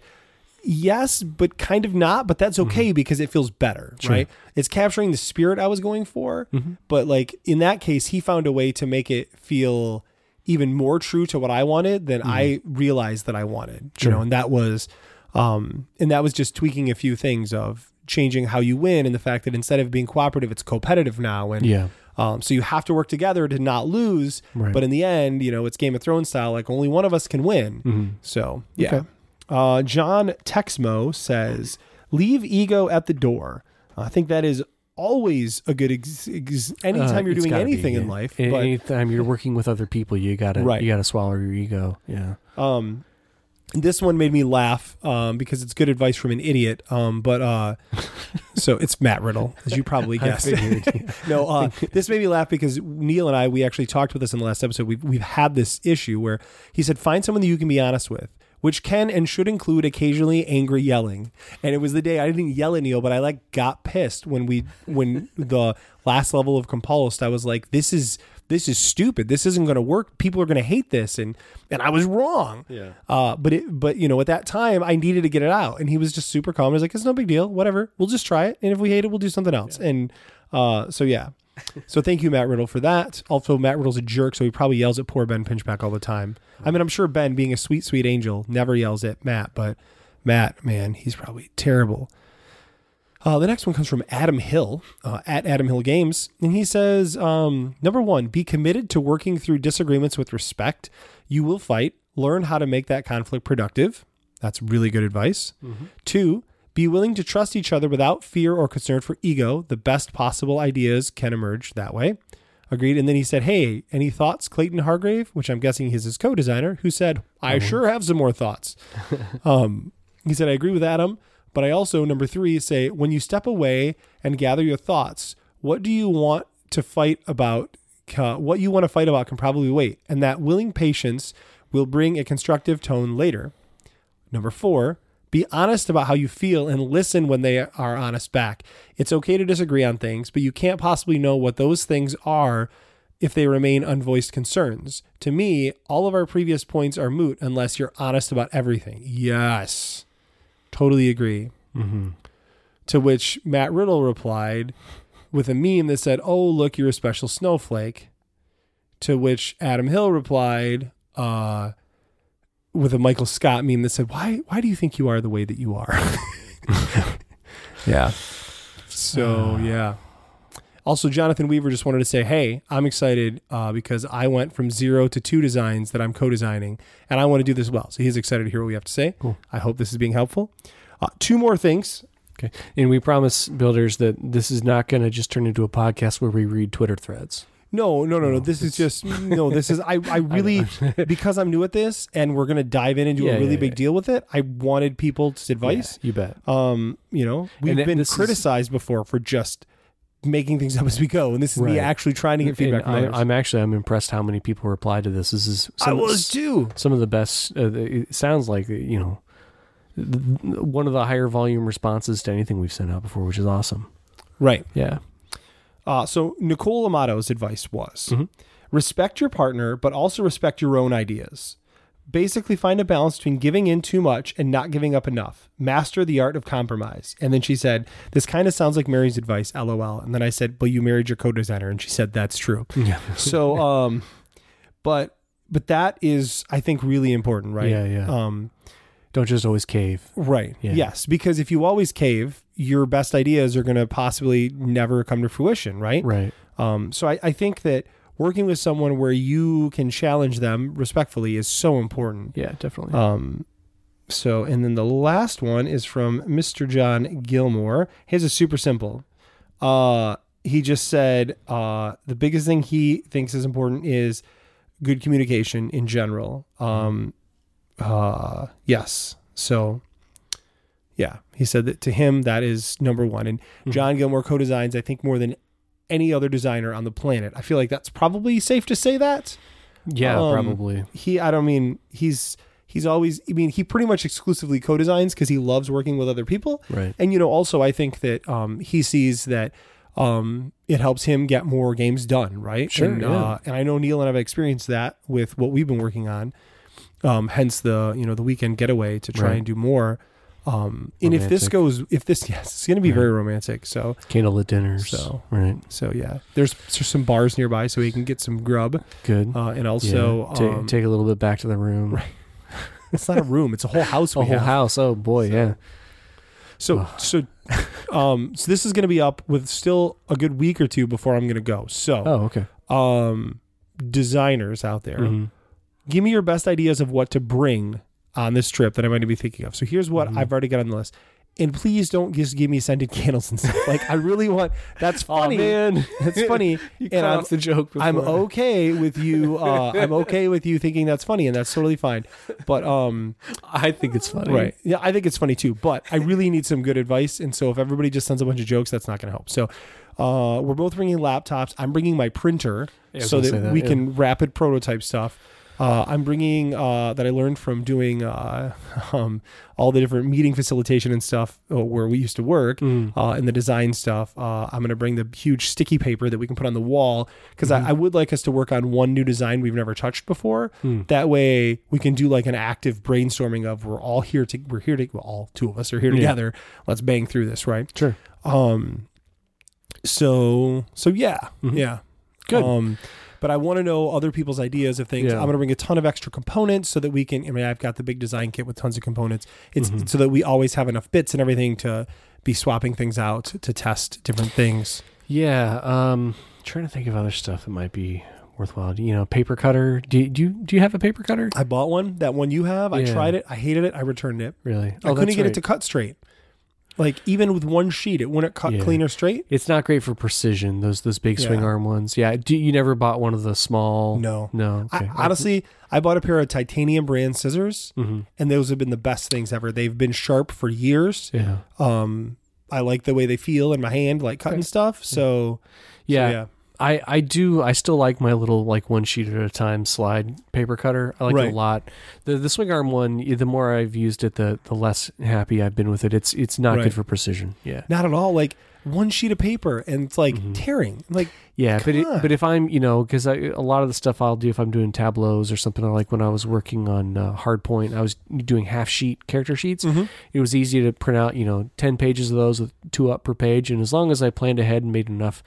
Speaker 3: "Yes, but kind of not. But that's okay because it feels better, right? It's capturing the spirit I was going for. But like in that case, he found a way to make it feel even more true to what I wanted than I realized that I wanted. You know, and that was, um, and that was just tweaking a few things of changing how you win and the fact that instead of being cooperative, it's competitive now. And
Speaker 4: Yeah.
Speaker 3: um, so you have to work together to not lose.
Speaker 4: Right.
Speaker 3: But in the end, you know, it's Game of Thrones style. Like only one of us can win. So yeah.
Speaker 4: Mm-hmm. Okay.
Speaker 3: Uh, John Texmo says, "Leave ego at the door." I think that is always a good. Ex- ex- anytime
Speaker 4: Uh,
Speaker 3: you're
Speaker 4: it's
Speaker 3: doing
Speaker 4: gotta be,
Speaker 3: anything in
Speaker 4: yeah.
Speaker 3: life,
Speaker 4: A-
Speaker 3: but
Speaker 4: anytime you're working with other people, you gotta
Speaker 3: Right.
Speaker 4: you gotta swallow your ego. Yeah,
Speaker 3: Um, this one made me laugh um, because it's good advice from an idiot. Um, but uh, so it's Matt Riddle, as you probably guessed. [laughs] no, uh, this made me laugh because Neil and I we actually talked about this in the last episode. We've we've had this issue where he said find someone that you can be honest with. Which can and should include occasionally angry yelling, and it was the day I didn't yell at Neil, but I like got pissed when we when the last level of Compulsed. I was like, "This is this is stupid. This isn't going to work. People are going to hate this," and and I was wrong. Yeah. Uh, but it, but you know, at that time, I needed to get it out, and he was just super calm. He was like, "It's no big deal. Whatever. We'll just try it, and if we hate it, we'll do something else." And uh, so yeah. So thank you, Matt Riddle, for that. Also, Matt Riddle's a jerk, so he probably yells at poor Ben Pinchback all the time. I mean, I'm sure Ben, being a sweet, sweet angel, never yells at Matt, but Matt, man, he's probably terrible. Uh, the next one comes from Adam Hill uh, at Adam Hill Games, and he says, um, number one, be committed to working through disagreements with respect. You will fight. Learn how to make that conflict productive. That's really good advice. Two, be willing to trust each other without fear or concern for ego. The best possible ideas can emerge that way. Agreed. And then he said, Hey, any thoughts, Clayton Hargrave? Which I'm guessing he's his co designer, who said, I sure have some more thoughts. He said, I agree with Adam, but I also, number three, say, when you step away and gather your thoughts, what do you want to fight about? ca- What you want to fight about can probably wait, and that willing patience will bring a constructive tone later. Number four, be honest about how you feel and listen when they are honest back. It's okay to disagree on things, but you can't possibly know what those things are if they remain unvoiced concerns. To me, all of our previous points are moot unless you're honest about everything. Yes. Totally agree. To which Matt Riddle replied with a meme that said, Oh, look, you're a special snowflake. To which Adam Hill replied uh, with a Michael Scott meme that said, Why, why do you think you are the way that you are? yeah. So, yeah. Also, Jonathan Weaver just wanted to say, hey, I'm excited uh, because I went from zero to two designs that I'm co designing, and I want to do this well. So he's excited to hear what we have to say.
Speaker 4: Cool.
Speaker 3: I hope this is being helpful. Uh, two more things.
Speaker 4: Okay. And we promise builders that this is not going to just turn into a podcast where we read Twitter threads.
Speaker 3: No, no, no, no. This is
Speaker 4: [laughs]
Speaker 3: just no. This is I. I really because I'm new at this, and we're gonna dive in and do
Speaker 4: Yeah,
Speaker 3: a really
Speaker 4: yeah,
Speaker 3: big
Speaker 4: yeah.
Speaker 3: deal with it. I wanted people's advice.
Speaker 4: You bet.
Speaker 3: Um, you know, we've
Speaker 4: it-
Speaker 3: been
Speaker 4: this is-
Speaker 3: criticized before for just making things up as we go, and this is
Speaker 4: Right.
Speaker 3: me actually trying to get feedback.
Speaker 4: And
Speaker 3: From others.
Speaker 4: I, I'm actually I'm impressed how many people replied to this. This is
Speaker 3: I was too.
Speaker 4: some of the best. Uh, it sounds like you know th- th- one of the higher volume responses to anything we've sent out before, which is awesome.
Speaker 3: Right.
Speaker 4: Yeah,
Speaker 3: Uh, so Nicole Amato's advice was
Speaker 4: Mm-hmm.
Speaker 3: respect your partner, but also respect your own ideas. Basically, find a balance between giving in too much and not giving up enough. Master the art of compromise. And then she said, This kind of sounds like Mary's advice, lol. And then I said, But you married your co designer. And she said, That's true.
Speaker 4: Mm-hmm.
Speaker 3: so, um, but, but that is, I think, really important, right?
Speaker 4: Yeah, yeah.
Speaker 3: Um,
Speaker 4: don't just always cave.
Speaker 3: Right. Yes, because if you always cave, your best ideas are going to possibly never come to fruition, right?
Speaker 4: Right.
Speaker 3: Um, so I, I think that working with someone where you can challenge them respectfully is so important.
Speaker 4: Yeah, definitely.
Speaker 3: Um, so, and then the last one is from Mr. John Gilmore. His is super simple. Uh, he just said uh, the biggest thing he thinks is important is good communication in general. Um, uh, yes. So, yeah, he said that to him, that is number one. And John Gilmore co designs, I think, more than any other designer on the planet. I feel like that's probably safe to say that
Speaker 4: yeah,
Speaker 3: um,
Speaker 4: Oh, probably.
Speaker 3: he i don't mean he's he's always i mean he pretty much exclusively co-designs because he loves working with other people
Speaker 4: Right.
Speaker 3: and you know also i think that um he sees that um it helps him get more games done right
Speaker 4: Sure,
Speaker 3: and,
Speaker 4: yeah.
Speaker 3: uh, and i know neil and i've experienced that with what we've been working on um hence the you know the weekend getaway to try
Speaker 4: Right.
Speaker 3: and do more um and if this
Speaker 4: Romantic.
Speaker 3: goes if this [laughs] yes it's gonna be very romantic so
Speaker 4: Candlelit dinners.
Speaker 3: So-
Speaker 4: right.
Speaker 3: so yeah there's, there's some bars nearby so he can get some grub
Speaker 4: Good.
Speaker 3: uh, and
Speaker 4: Yeah.
Speaker 3: also
Speaker 4: Ta-
Speaker 3: um,
Speaker 4: take a little bit back to the room. Right.
Speaker 3: it's not a room it's a whole house
Speaker 4: A
Speaker 3: we
Speaker 4: whole
Speaker 3: have.
Speaker 4: house. Oh boy. yeah.
Speaker 3: So so um so this is going to be up with still a good week or two before I'm going to go. So
Speaker 4: Oh Mm-hmm. okay.
Speaker 3: um designers out there, give me your best ideas of what to bring on this trip that I'm going to be thinking of. So here's what
Speaker 4: Mm-hmm.
Speaker 3: I've already got on the list. And please don't just give me scented [laughs] candles and stuff. Like I really want that's funny.
Speaker 4: man.
Speaker 3: [laughs] That's
Speaker 4: [laughs]
Speaker 3: funny. and I'm,
Speaker 4: the joke.
Speaker 3: I'm okay with you uh I'm okay with you thinking that's funny and that's totally fine. But um
Speaker 4: I think it's funny.
Speaker 3: Right. Yeah, I think it's funny too, but I really need some good advice. And so if everybody just sends a bunch of jokes, that's not going to help. So uh, we're both bringing laptops. I'm bringing my printer
Speaker 4: I was
Speaker 3: so
Speaker 4: gonna
Speaker 3: that,
Speaker 4: say that,
Speaker 3: we
Speaker 4: yeah.
Speaker 3: can rapid prototype stuff. Uh, I'm bringing uh, that I learned from doing uh, [laughs] um, all the different meeting facilitation and stuff uh, where we used to work
Speaker 4: Mm.
Speaker 3: uh, and the design stuff. Uh, I'm going to bring the huge sticky paper that we can put on the wall because
Speaker 4: Mm-hmm.
Speaker 3: I, I would like us to work on one new design we've never touched before.
Speaker 4: Hmm.
Speaker 3: That way we can do like an active brainstorming of we're all here to we're here to well, all two of us are here together. Let's bang through this, right?
Speaker 4: Sure.
Speaker 3: Um, so so yeah,
Speaker 4: Mm-hmm.
Speaker 3: yeah,
Speaker 4: Good.
Speaker 3: Um, but I want to know other people's ideas of things.
Speaker 4: Yeah.
Speaker 3: I'm going to bring a ton of extra components so that we can. I mean, I've got the big design kit with tons of components. It's
Speaker 4: Mm-hmm.
Speaker 3: so that we always have enough bits and everything to be swapping things out to test different things.
Speaker 4: Yeah. Um, trying to think of other stuff that might be worthwhile. You know, paper cutter. Do you do you, do you have a paper cutter?
Speaker 3: I bought one, that one you have. I
Speaker 4: Yeah.
Speaker 3: tried it. I hated it. I returned it.
Speaker 4: Really?
Speaker 3: I couldn't
Speaker 4: that's
Speaker 3: get
Speaker 4: right.
Speaker 3: it to cut straight. Like even with one sheet, it wouldn't cut
Speaker 4: Yeah.
Speaker 3: clean or straight.
Speaker 4: It's not great for precision. Those those big swing
Speaker 3: Yeah.
Speaker 4: arm ones. Yeah. Do you never bought one of the small?
Speaker 3: No.
Speaker 4: No.
Speaker 3: I,
Speaker 4: Okay.
Speaker 3: honestly, I bought a pair of titanium brand scissors,
Speaker 4: Mm-hmm.
Speaker 3: and those have been the best things ever. They've been sharp for years.
Speaker 4: yeah.
Speaker 3: Um, I like the way they feel in my hand, like cutting stuff. So,
Speaker 4: Yeah.
Speaker 3: yeah.
Speaker 4: I, I do I still like my little like one sheet at a time slide paper cutter. I like it
Speaker 3: Right.
Speaker 4: a lot. The the swing arm one, the more I've used it, the the less happy I've been with it. It's it's not
Speaker 3: Right.
Speaker 4: good for precision. Yeah.
Speaker 3: not at all. Like one sheet of paper, and it's like
Speaker 4: Mm-hmm.
Speaker 3: tearing. Like,
Speaker 4: Yeah, but
Speaker 3: Come on.
Speaker 4: it, but if I'm you know because a lot of the stuff I'll do if I'm doing tableaus or something like when I was working on uh, Hardpoint, I was doing half sheet character sheets.
Speaker 3: Mm-hmm.
Speaker 4: It was easy to print out you know ten pages of those with two up per page, and as long as I planned ahead and made enough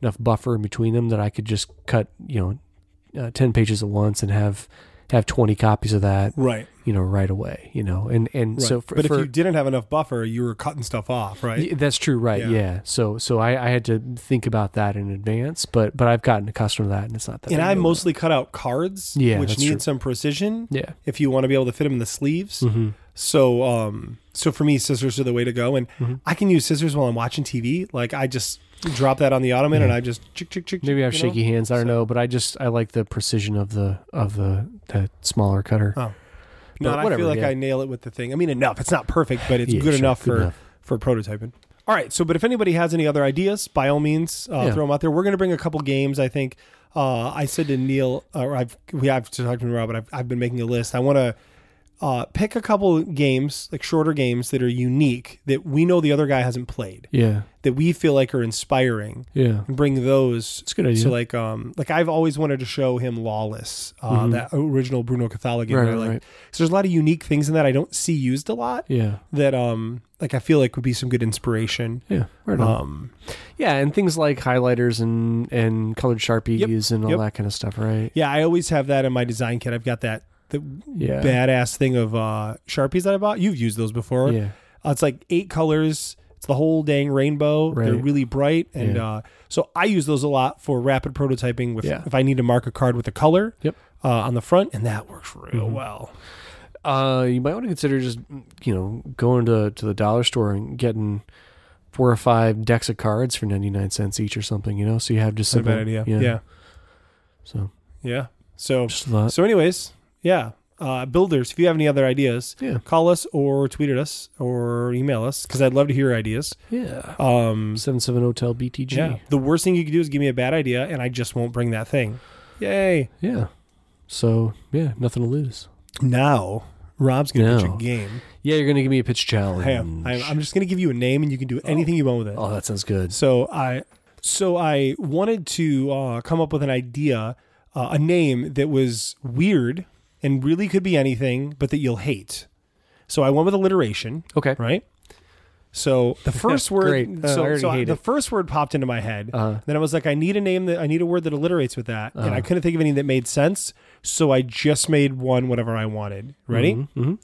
Speaker 4: enough buffer in between them that I could just cut you know uh, ten pages at once and have have twenty copies of that
Speaker 3: right.
Speaker 4: you know right away. You know, and and so for,
Speaker 3: but
Speaker 4: for,
Speaker 3: if you didn't have enough buffer, you were cutting stuff off, right?
Speaker 4: Y- That's true, right?
Speaker 3: Yeah.
Speaker 4: Yeah. So, so I, I had to think about that in advance, but but I've gotten accustomed to that, and it's not that.
Speaker 3: and
Speaker 4: big
Speaker 3: I
Speaker 4: of a-
Speaker 3: mostly cut out cards,
Speaker 4: Yeah,
Speaker 3: which
Speaker 4: that's
Speaker 3: need
Speaker 4: true.
Speaker 3: some precision.
Speaker 4: yeah, Mm-hmm.
Speaker 3: if you want to be able to fit them in the sleeves. So um so for me scissors are the way to go and
Speaker 4: Mm-hmm.
Speaker 3: I can use scissors while I'm watching TV. Like I just drop that on the ottoman and I just chick chick chick.
Speaker 4: Maybe I have
Speaker 3: you know?
Speaker 4: shaky hands. I don't know, but I just I like the precision of the of the the smaller cutter.
Speaker 3: Oh. No,
Speaker 4: But
Speaker 3: and I
Speaker 4: whatever,
Speaker 3: feel like
Speaker 4: yeah.
Speaker 3: I nail it with the thing. I mean enough. It's not perfect, but it's
Speaker 4: Yeah,
Speaker 3: good
Speaker 4: sure,
Speaker 3: enough
Speaker 4: good
Speaker 3: for
Speaker 4: enough.
Speaker 3: for prototyping. All right, so but if anybody has any other ideas, by all means, uh,
Speaker 4: Yeah.
Speaker 3: throw them out there. We're going to bring a couple games. I think uh, I said to Neil, or I've we I've talked to Rob, but I've, I've been making a list. I want to uh, pick a couple games, like shorter games that are unique that we know the other guy hasn't played,
Speaker 4: Yeah,
Speaker 3: that we feel like are inspiring,
Speaker 4: yeah,
Speaker 3: and bring those.
Speaker 4: a good idea.
Speaker 3: So like um like I've always wanted to show him Lawless, uh, that original Bruno Cathala game.
Speaker 4: Mm-hmm. Right,
Speaker 3: that I
Speaker 4: right,
Speaker 3: like.
Speaker 4: right.
Speaker 3: So there's a lot of unique things in that I don't see used a lot
Speaker 4: yeah,
Speaker 3: that um like I feel like would be some good inspiration.
Speaker 4: yeah. Right on.
Speaker 3: Um
Speaker 4: yeah, and things like highlighters and and colored sharpies and all
Speaker 3: yep.
Speaker 4: that kind of stuff, right?
Speaker 3: yeah, I always have that in my design kit. I've got that the
Speaker 4: Yeah,
Speaker 3: badass thing of uh Sharpies that I bought. You've used those before.
Speaker 4: yeah,
Speaker 3: Uh, it's like eight colors. It's the whole dang rainbow. They're
Speaker 4: Right.
Speaker 3: really bright, and
Speaker 4: Yeah.
Speaker 3: uh, so I use those a lot for rapid prototyping. With
Speaker 4: Yeah.
Speaker 3: if I need to mark a card with a color
Speaker 4: Yep.
Speaker 3: uh, on the front, and that works real well.
Speaker 4: Uh, you might want to consider just mm, you know going to to the dollar store and getting four or five decks of cards for ninety nine cents each or something. You know, so you have just
Speaker 3: It's not a
Speaker 4: simple-
Speaker 3: bad idea.
Speaker 4: Yeah,
Speaker 3: Yeah, yeah.
Speaker 4: So
Speaker 3: So
Speaker 4: just a thought.
Speaker 3: so, anyways, yeah. Uh, builders, if you have any other ideas,
Speaker 4: Yeah.
Speaker 3: call us or tweet at us or email us because I'd love to hear your ideas.
Speaker 4: Yeah.
Speaker 3: Um,
Speaker 4: Seven seven hotel BTG.
Speaker 3: yeah, the worst thing you could do is give me a bad idea, and I just won't bring that thing. Yay!
Speaker 4: Yeah. So yeah, nothing to lose.
Speaker 3: Now Rob's gonna pitch
Speaker 4: Now.
Speaker 3: a game.
Speaker 4: Yeah, you're gonna give me a pitch challenge.
Speaker 3: I am. I am. I'm just going to give you a name, and you can do anything you want with it.
Speaker 4: oh, that sounds good.
Speaker 3: So I, so I wanted to uh, come up with an idea, uh, a name that was weird and really could be anything, but that you'll hate. So I went with alliteration,
Speaker 4: Okay.
Speaker 3: right? So
Speaker 4: [laughs]
Speaker 3: the first word,
Speaker 4: Great. Uh, I
Speaker 3: so,
Speaker 4: already
Speaker 3: so
Speaker 4: hate
Speaker 3: the
Speaker 4: it.
Speaker 3: first word popped into my head.
Speaker 4: Uh-huh.
Speaker 3: Then I was like, I need a name that I need a word that alliterates with that, and I couldn't think of any that made sense. So I just made one whatever I wanted. Ready?
Speaker 4: hmm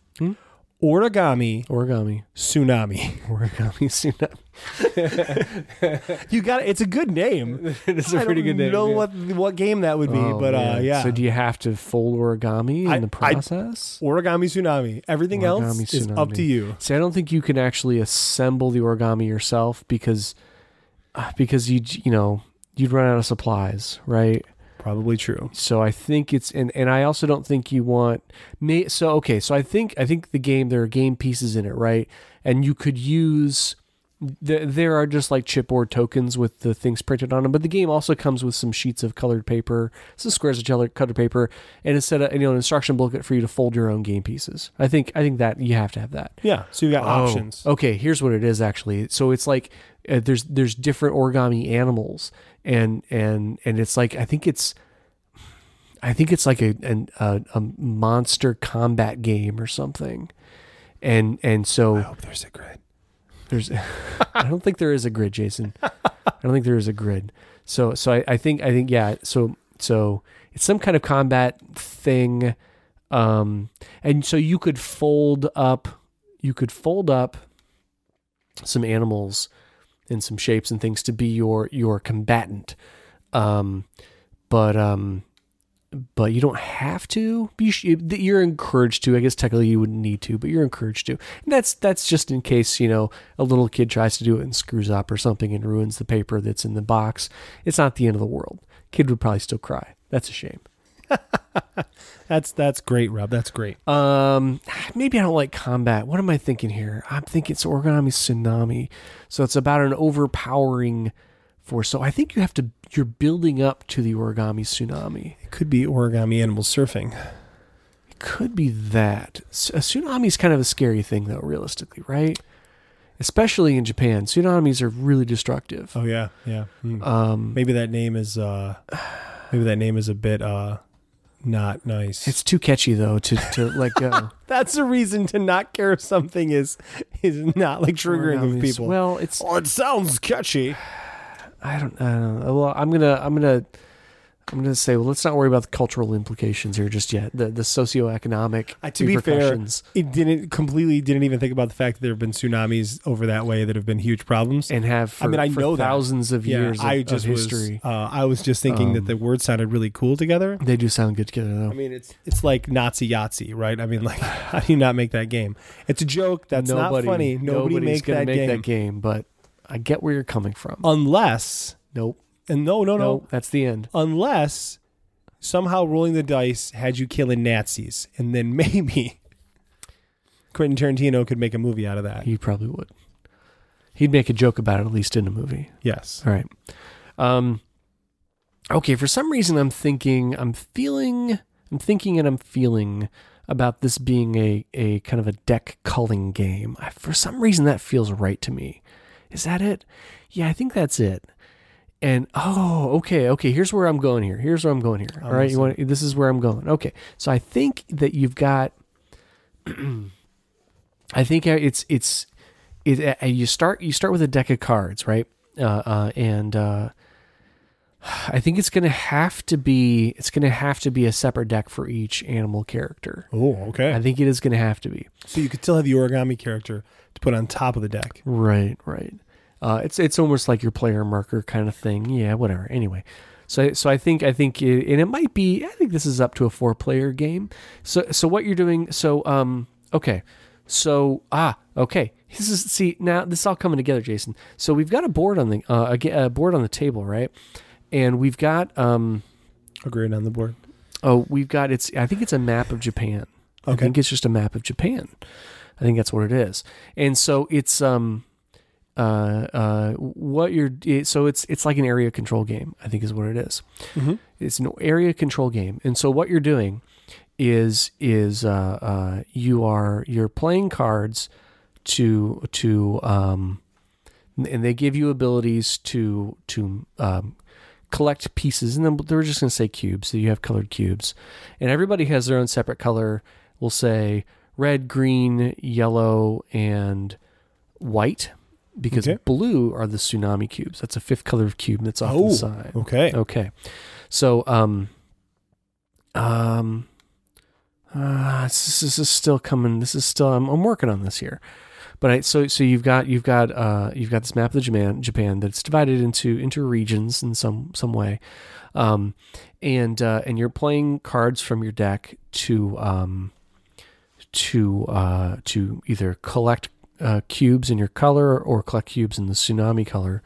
Speaker 3: Origami
Speaker 4: Origami.
Speaker 3: tsunami. [laughs]
Speaker 4: Origami tsunami.
Speaker 3: You got it's a good name.
Speaker 4: it's
Speaker 3: I don't know what what game that would be,
Speaker 4: Oh,
Speaker 3: but uh,
Speaker 4: man.
Speaker 3: yeah.
Speaker 4: So do you have to fold origami in
Speaker 3: I-
Speaker 4: the
Speaker 3: I-
Speaker 4: process?
Speaker 3: origami tsunami. Everything else
Speaker 4: Origami
Speaker 3: is up to
Speaker 4: Tsunami.
Speaker 3: you.
Speaker 4: See, I don't think you can actually assemble the origami yourself because uh, because you you know you'd run out of supplies, right?
Speaker 3: Probably true.
Speaker 4: So I think it's and and I also don't think you want may, so okay. So I think I think the game there are game pieces in it, right? And you could use there there are just like chipboard tokens with the things printed on them, but the game also comes with some sheets of colored paper, some squares of colored colored paper, and instead of you know an instruction booklet for you to fold your own game pieces. I think I think that you have to have that.
Speaker 3: Yeah. So you got
Speaker 4: Oh,
Speaker 3: options.
Speaker 4: Okay, here's what it is actually. So it's like uh, there's there's different origami animals, and and and it's like I think it's. I think it's like a an, a, a monster combat game or something, and and so
Speaker 3: hope there's a grid.
Speaker 4: there's [laughs] I don't think there is a grid, Jason. I don't think there is a grid. So so I, I think I think yeah, so so it's some kind of combat thing. Um and so you could fold up you could fold up some animals and some shapes and things to be your your combatant. Um but um but you don't have to. You sh- you're encouraged to. I guess technically you wouldn't need to, but you're encouraged to. And that's that's just in case you know a little kid tries to do it and screws up or something and ruins the paper that's in the box. It's not the end of the world. Kid would probably still cry. That's a shame.
Speaker 3: That's that's great, Rob. That's great.
Speaker 4: Um, maybe I don't like combat. What am I thinking here? I'm thinking it's origami tsunami. So it's about an overpowering force. So I think you have to. You're building up to the origami tsunami.
Speaker 3: It could be origami animal surfing.
Speaker 4: could be that. S- A tsunami is kind of a scary thing, though, realistically, right? Especially in Japan, tsunamis are really destructive.
Speaker 3: Oh yeah, yeah. Hmm.
Speaker 4: Um,
Speaker 3: maybe that name is uh, maybe that name is a bit uh, not nice.
Speaker 4: it's too catchy, though, to, to let go.
Speaker 3: that's a reason to not care if something is is not like [laughs] triggering of
Speaker 4: Origami-
Speaker 3: people.
Speaker 4: Well, it's
Speaker 3: oh, it sounds catchy.
Speaker 4: I don't. I don't know. Well, I'm gonna. I'm gonna. I'm going to say, well, let's not worry about the cultural implications here just yet. The the socioeconomic
Speaker 3: Uh, to be fair,
Speaker 4: repercussions
Speaker 3: it didn't completely didn't even think about the fact that there have been tsunamis over that way that have been huge problems.
Speaker 4: and have for,
Speaker 3: I mean, I
Speaker 4: for
Speaker 3: know that.
Speaker 4: thousands of
Speaker 3: yeah,
Speaker 4: years of,
Speaker 3: I
Speaker 4: of
Speaker 3: just
Speaker 4: history. Um,
Speaker 3: was. Uh, I was just thinking that the word sounded really cool together.
Speaker 4: they do sound good together, though.
Speaker 3: I mean, it's it's like Nazi Yahtzee, right? I mean, like [laughs] how do you not make that game? It's a joke. That's
Speaker 4: Nobody,
Speaker 3: not funny. Nobody
Speaker 4: nobody's
Speaker 3: make
Speaker 4: gonna
Speaker 3: that
Speaker 4: make
Speaker 3: game
Speaker 4: that game, but I get where you're coming from.
Speaker 3: unless
Speaker 4: nope.
Speaker 3: and no, no, no,
Speaker 4: Nope. That's the end.
Speaker 3: unless somehow rolling the dice had you killing Nazis, and then [laughs] maybe Quentin Tarantino could make a movie out of that.
Speaker 4: He probably would. He'd make a joke about it, at least in a movie.
Speaker 3: Yes.
Speaker 4: All right. Um, okay. For some reason, I'm thinking, I'm feeling, I'm thinking, and I'm feeling about this being a a kind of a deck culling game. I, for some reason, that feels right to me. Is that it? Yeah, I think that's it. And oh, okay, okay. Here's where I'm going. Here, here's where I'm going. Here. All right. You want this is where I'm going. Okay. So I think that you've got. [clears throat] I think uh, it's it's it. Uh, you start you start with a deck of cards, right? Uh, uh, and uh, I think it's gonna have to be it's gonna have to be a separate deck for each animal character.
Speaker 3: Oh, okay.
Speaker 4: I think it is gonna have to be.
Speaker 3: So you could still have the origami character to put on top of the deck.
Speaker 4: Right, right. Uh, it's it's almost like your player marker kind of thing. Yeah, whatever. Anyway, so so I think I think it, and it might be. I think this is up to a four player game. So so what you're doing? So um okay, so ah okay. [laughs] This is see now this is all coming together, Jason. So we've got a board on the uh, a ga- a board on the table, right? And we've got um
Speaker 3: Agreed on the board.
Speaker 4: oh we've got it's I think it's a map of Japan. I
Speaker 3: Okay.
Speaker 4: think it's just a map of Japan. I think that's what it is. And so it's um uh uh what you're it- so it's it's like an area control game. I think is what it is. It's an area control game. And so what you're doing is is uh, uh you are you're playing cards to to um and they give you abilities to to um collect pieces and then they're just going to say cubes so you have colored cubes and everybody has their own separate color we'll say red green yellow and white because
Speaker 3: Okay.
Speaker 4: blue are the tsunami cubes that's a fifth color cube that's off to the side
Speaker 3: okay.
Speaker 4: Okay. So, um, um, uh, this, this is still coming. This is still. I'm, I'm working on this here. But I, so so you've got you've got uh, you've got this map of the Japan Japan that's divided into into regions in some some way, um, and uh, and you're playing cards from your deck to um, to uh, to either collect uh, cubes in your color or collect cubes in the tsunami color.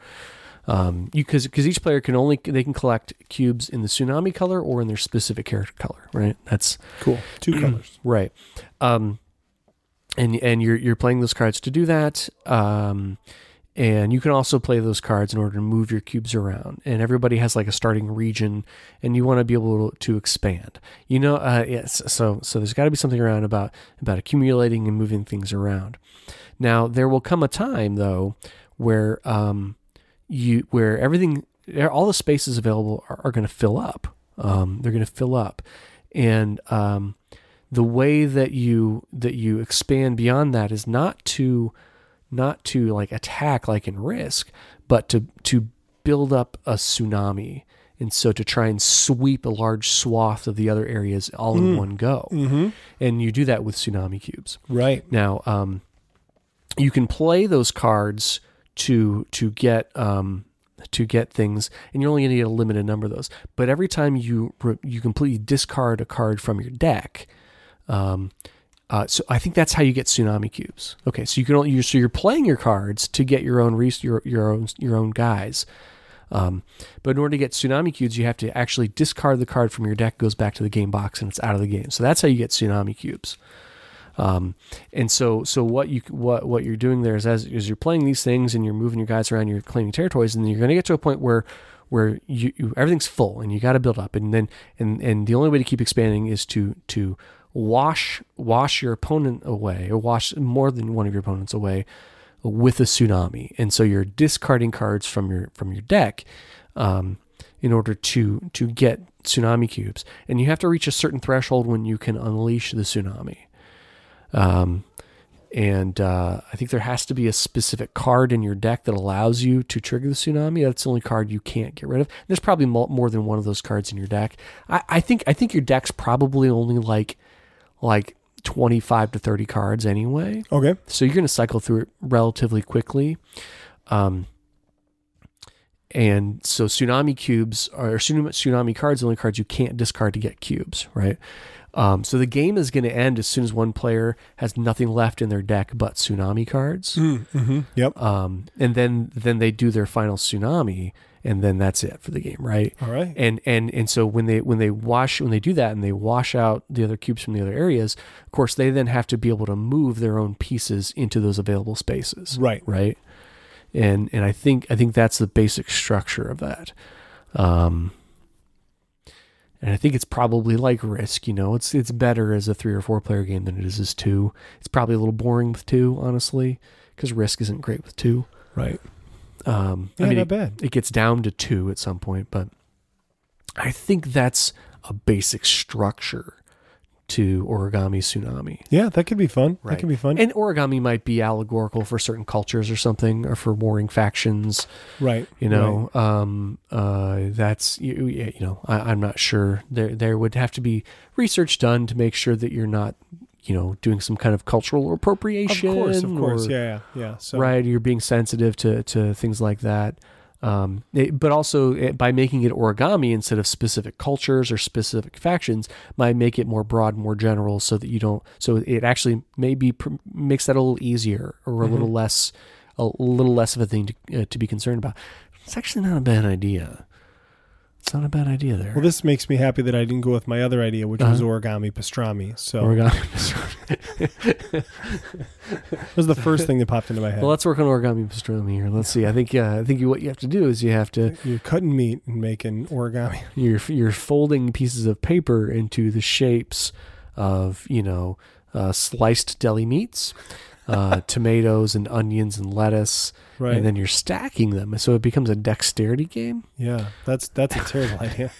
Speaker 4: Um, you because because each player can only they can collect cubes in the tsunami color or in their specific character color, right? That's
Speaker 3: Cool.
Speaker 4: [clears throat]
Speaker 3: Two colors.
Speaker 4: Right. Um, and and you're you're playing those cards to do that. Um, and you can also play those cards in order to move your cubes around. And everybody has like a starting region, and you want to be able to, to expand. You know, uh, yes. So so there's got to be something around about about accumulating and moving things around. Now there will come a time though where um, you where everything all the spaces available are, are going to fill up. Um, they're going to fill up, and um, the way that you that you expand beyond that is not to not to like attack like in risk but to to build up a tsunami and so to try and sweep a large swath of the other areas all in one go mm-hmm. and you do that with tsunami cubes
Speaker 3: Right.
Speaker 4: now, um, you can play those cards to to get um, to get things, and you're only going to get a limited number of those. But every time you re- you completely discard a card from your deck, um, uh, so I think that's how you get tsunami cubes. Okay, so you can only you so you're playing your cards to get your own res- your your own your own guys. Um, but in order to get tsunami cubes, you have to actually discard the card from your deck, goes back to the game box, and it's out of the game. So that's how you get tsunami cubes. Um, and so, so what you what what you're doing there is as, as you're playing these things and you're moving your guys around, you're claiming territories, and then you're going to get to a point where where you, you everything's full and you got to build up, and then and and the only way to keep expanding is to to wash wash your opponent away or wash more than one of your opponents away with a tsunami, and so you're discarding cards from your from your deck. Um, in order to to get tsunami cubes, and you have to reach a certain threshold when you can unleash the tsunami. Um, and uh, I think there has to be a specific card in your deck that allows you to trigger the tsunami. That's the only card you can't get rid of. There's probably mul- more than one of those cards in your deck. I, I think I think your deck's probably only like like 25 to 30 cards anyway.
Speaker 3: Okay.
Speaker 4: So you're going to cycle through it relatively quickly. Um, and so tsunami cubes are or tsunami, tsunami cards, are the only cards you can't discard to get cubes, right? Um, so the game is going to end as soon as one player has nothing left in their deck but tsunami cards.
Speaker 3: Mm-hmm. Yep.
Speaker 4: Um, and then then they do their final tsunami, and then that's it for the game, right?
Speaker 3: All right.
Speaker 4: and and and so when they when they wash when they do that and they wash out the other cubes from the other areas of course they then have to be able to move their own pieces into those available spaces
Speaker 3: Right.
Speaker 4: right and and i think i think that's the basic structure of that um and i think it's probably like risk you know it's it's better as a three or four player game than it is as two it's probably a little boring with two honestly because risk isn't great with two
Speaker 3: Right.
Speaker 4: um,
Speaker 3: Yeah,
Speaker 4: I mean,
Speaker 3: not
Speaker 4: it,
Speaker 3: bad.
Speaker 4: it gets down to two at some point, but I think that's a basic structure to origami tsunami.
Speaker 3: Yeah, that could be fun. That could be fun.
Speaker 4: And origami might be allegorical for certain cultures or something, or for warring factions.
Speaker 3: right.
Speaker 4: You know, um, uh, that's you, you you know, I, I'm not sure. There, there would have to be research done to make sure that you're not, you know, doing some kind of cultural
Speaker 3: Right.
Speaker 4: appropriation.
Speaker 3: Of course. Of course.
Speaker 4: or-
Speaker 3: yeah. Yeah. Yeah. So.
Speaker 4: right you're being sensitive to to things like that um, it- but also it, by making it origami instead of specific cultures or specific factions might make it more broad more general so that you don't so it actually maybe pr- makes that a little easier or a little less a little less of a thing to, uh, to be concerned about it's actually not a bad idea it's not a bad idea there
Speaker 3: Well, this makes me happy that I didn't go with my other idea, which was origami pastrami. So
Speaker 4: Uh-huh. origami
Speaker 3: it was the first thing that popped
Speaker 4: [laughs]
Speaker 3: into my head.
Speaker 4: well let's work on origami pastrami here let's see i think uh, i think you, what you have to do is you have to
Speaker 3: You're cutting meat and making origami. [laughs]
Speaker 4: you're you're folding pieces of paper into the shapes of you know uh, sliced deli meats, [laughs] uh, tomatoes and onions and lettuce,
Speaker 3: Right.
Speaker 4: and then you're stacking them, and so it becomes a dexterity game.
Speaker 3: Yeah, that's that's a
Speaker 4: [laughs]
Speaker 3: terrible idea.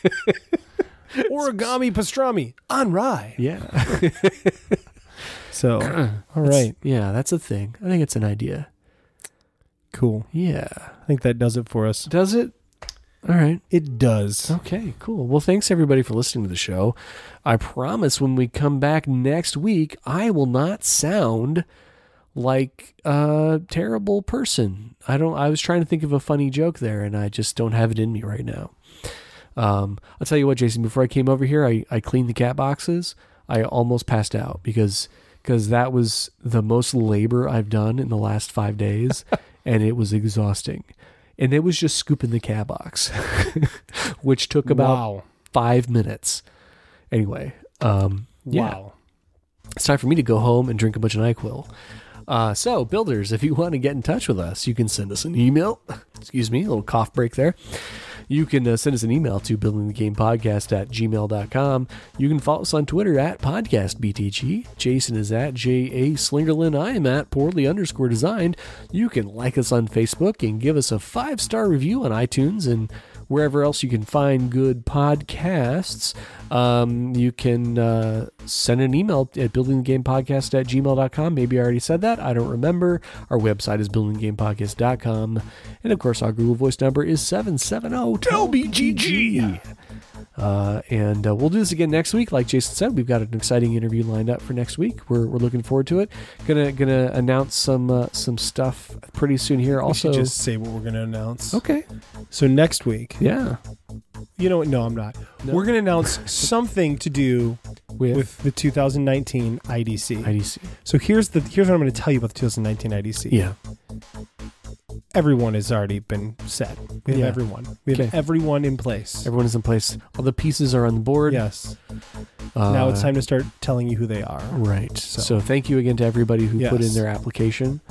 Speaker 3: origami pastrami on rye.
Speaker 4: Yeah, [clears throat]
Speaker 3: So, all right,
Speaker 4: yeah, that's a thing. I think it's an idea.
Speaker 3: cool.
Speaker 4: Yeah,
Speaker 3: I think that does it for us.
Speaker 4: does it? All right.
Speaker 3: It does.
Speaker 4: Okay, cool. Well, thanks everybody for listening to the show. I promise when we come back next week, I will not sound like a terrible person. I don't I was trying to think of a funny joke there and I just don't have it in me right now. Um, I'll tell you what, Jason, before I came over here, I, I cleaned the cat boxes. I almost passed out because because that was the most labor I've done in the last 5 days and it was exhausting. And it was just scooping the cat box, [laughs] which took about
Speaker 3: wow.
Speaker 4: 5 minutes. Anyway, um yeah
Speaker 3: Wow.
Speaker 4: it's time for me to go home and drink a bunch of NyQuil. Uh, so, builders, if you [laughs] want to get in touch with us, you can send us an email. [laughs] Excuse me, a little cough break there. You can uh, send us an email to buildingthegamepodcast at gmail.com. You can follow us on Twitter at podcastbtg. Jason is at J.A. Slingerland. I am at poorly underscore designed. You can like us on Facebook and give us a five star review on iTunes and wherever else you can find good podcasts. Um, you can uh, send an email at buildingthegamepodcast at gmail.com. Maybe I already said that. I don't remember. Our website is buildingthegamepodcast.com. And of course, our Google Voice number is oh, 770-TELBGG. Uh, and uh, we'll do this again next week. Like Jason said, we've got an exciting interview lined up for next week. We're, we're looking forward to it. Gonna gonna announce some uh, some stuff pretty soon here. Also,
Speaker 3: we should just say what we're going to announce.
Speaker 4: okay,
Speaker 3: So next week,
Speaker 4: yeah,
Speaker 3: you know, what? no, I'm not. We're going to
Speaker 4: [laughs]
Speaker 3: announce something to do
Speaker 4: with,
Speaker 3: with the 2019 IDC.
Speaker 4: IDC.
Speaker 3: So here's the here's what I'm going to tell you about the 2019 IDC.
Speaker 4: Yeah,
Speaker 3: everyone has already been set. We have
Speaker 4: Yeah.
Speaker 3: everyone. We have
Speaker 4: Okay.
Speaker 3: everyone in place.
Speaker 4: everyone is in place. All the pieces are on the board.
Speaker 3: Yes.
Speaker 4: Uh,
Speaker 3: now it's time to start telling you who they are.
Speaker 4: Right. So. thank you again to everybody who put in
Speaker 3: Yes.
Speaker 4: their application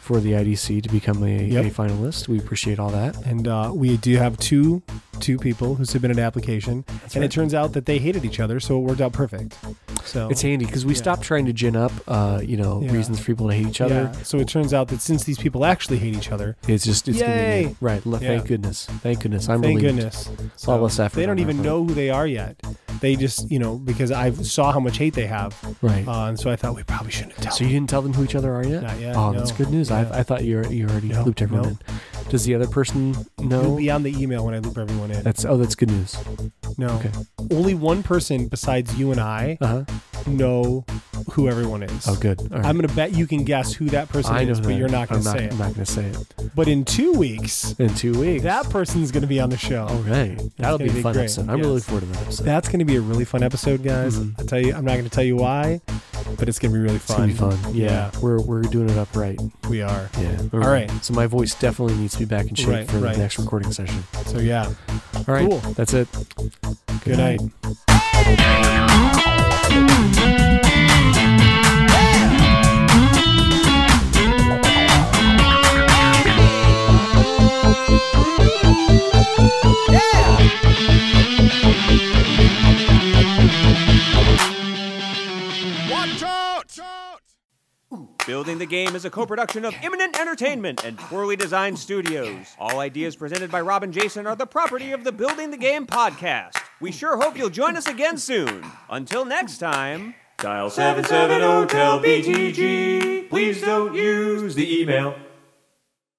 Speaker 4: for the IDC to become a,
Speaker 3: Yep.
Speaker 4: a finalist. We appreciate all that.
Speaker 3: And uh, we do have two two people who submitted an application, and
Speaker 4: right.
Speaker 3: it turns out that they hated each other, so it worked out perfect. So
Speaker 4: It's handy because we stopped trying to gin up, uh, you know,
Speaker 3: Yeah.
Speaker 4: reasons for people to hate each
Speaker 3: yeah.
Speaker 4: other.
Speaker 3: So it turns out that since these people actually hate each other,
Speaker 4: It's just it's
Speaker 3: Yay!
Speaker 4: convenient. right. le-
Speaker 3: Yeah.
Speaker 4: Thank goodness. Thank goodness. I'm
Speaker 3: thank
Speaker 4: relieved.
Speaker 3: goodness,
Speaker 4: It's all less effort
Speaker 3: they
Speaker 4: on
Speaker 3: don't
Speaker 4: our
Speaker 3: even
Speaker 4: part.
Speaker 3: know who they are yet. They just, you know, because I saw how much hate they have,
Speaker 4: Right.
Speaker 3: Uh, and so I thought we probably shouldn't tell.
Speaker 4: So you didn't tell them who each other are yet?
Speaker 3: Not yet,
Speaker 4: Oh, that's
Speaker 3: no.
Speaker 4: good news. I, I thought you were- you already
Speaker 3: No,
Speaker 4: looped everyone
Speaker 3: no.
Speaker 4: in. Does the other person know?
Speaker 3: beyond the email when I loop everyone in.
Speaker 4: That's oh, that's good news.
Speaker 3: no,
Speaker 4: okay.
Speaker 3: only one person besides you and I
Speaker 4: Uh huh.
Speaker 3: know who everyone is.
Speaker 4: Oh, good. All right.
Speaker 3: I'm gonna bet you can guess who that person
Speaker 4: I know
Speaker 3: is, but
Speaker 4: that.
Speaker 3: you're not gonna
Speaker 4: I'm
Speaker 3: say
Speaker 4: I'm
Speaker 3: it.
Speaker 4: not gonna say it.
Speaker 3: But in two weeks,
Speaker 4: In two weeks.
Speaker 3: that person's gonna be on the show.
Speaker 4: All right. That'll be
Speaker 3: gonna
Speaker 4: a
Speaker 3: be
Speaker 4: fun
Speaker 3: great.
Speaker 4: episode. I'm really
Speaker 3: Yes.
Speaker 4: looking forward to that episode.
Speaker 3: That's gonna be a really fun episode, guys. I tell you, I'm not gonna tell you why, but it's gonna be really
Speaker 4: Mm-hmm. it's
Speaker 3: fun.
Speaker 4: gonna be fun. Yeah. We're we're doing it up right.
Speaker 3: we are.
Speaker 4: Yeah.
Speaker 3: All right.
Speaker 4: So my voice definitely needs to be back in shape
Speaker 3: Right,
Speaker 4: for
Speaker 3: right.
Speaker 4: the next recording session.
Speaker 3: So yeah,
Speaker 4: All right.
Speaker 3: Cool.
Speaker 4: That's it.
Speaker 3: good night.
Speaker 5: Building the Game is a co production of Imminent Entertainment and Poorly Designed Studios. All ideas presented by Rob and Jason are the property of the Building the Game podcast. We sure hope you'll join us again soon. Until next time, oh, dial 770 tell BTG. Please don't use the email.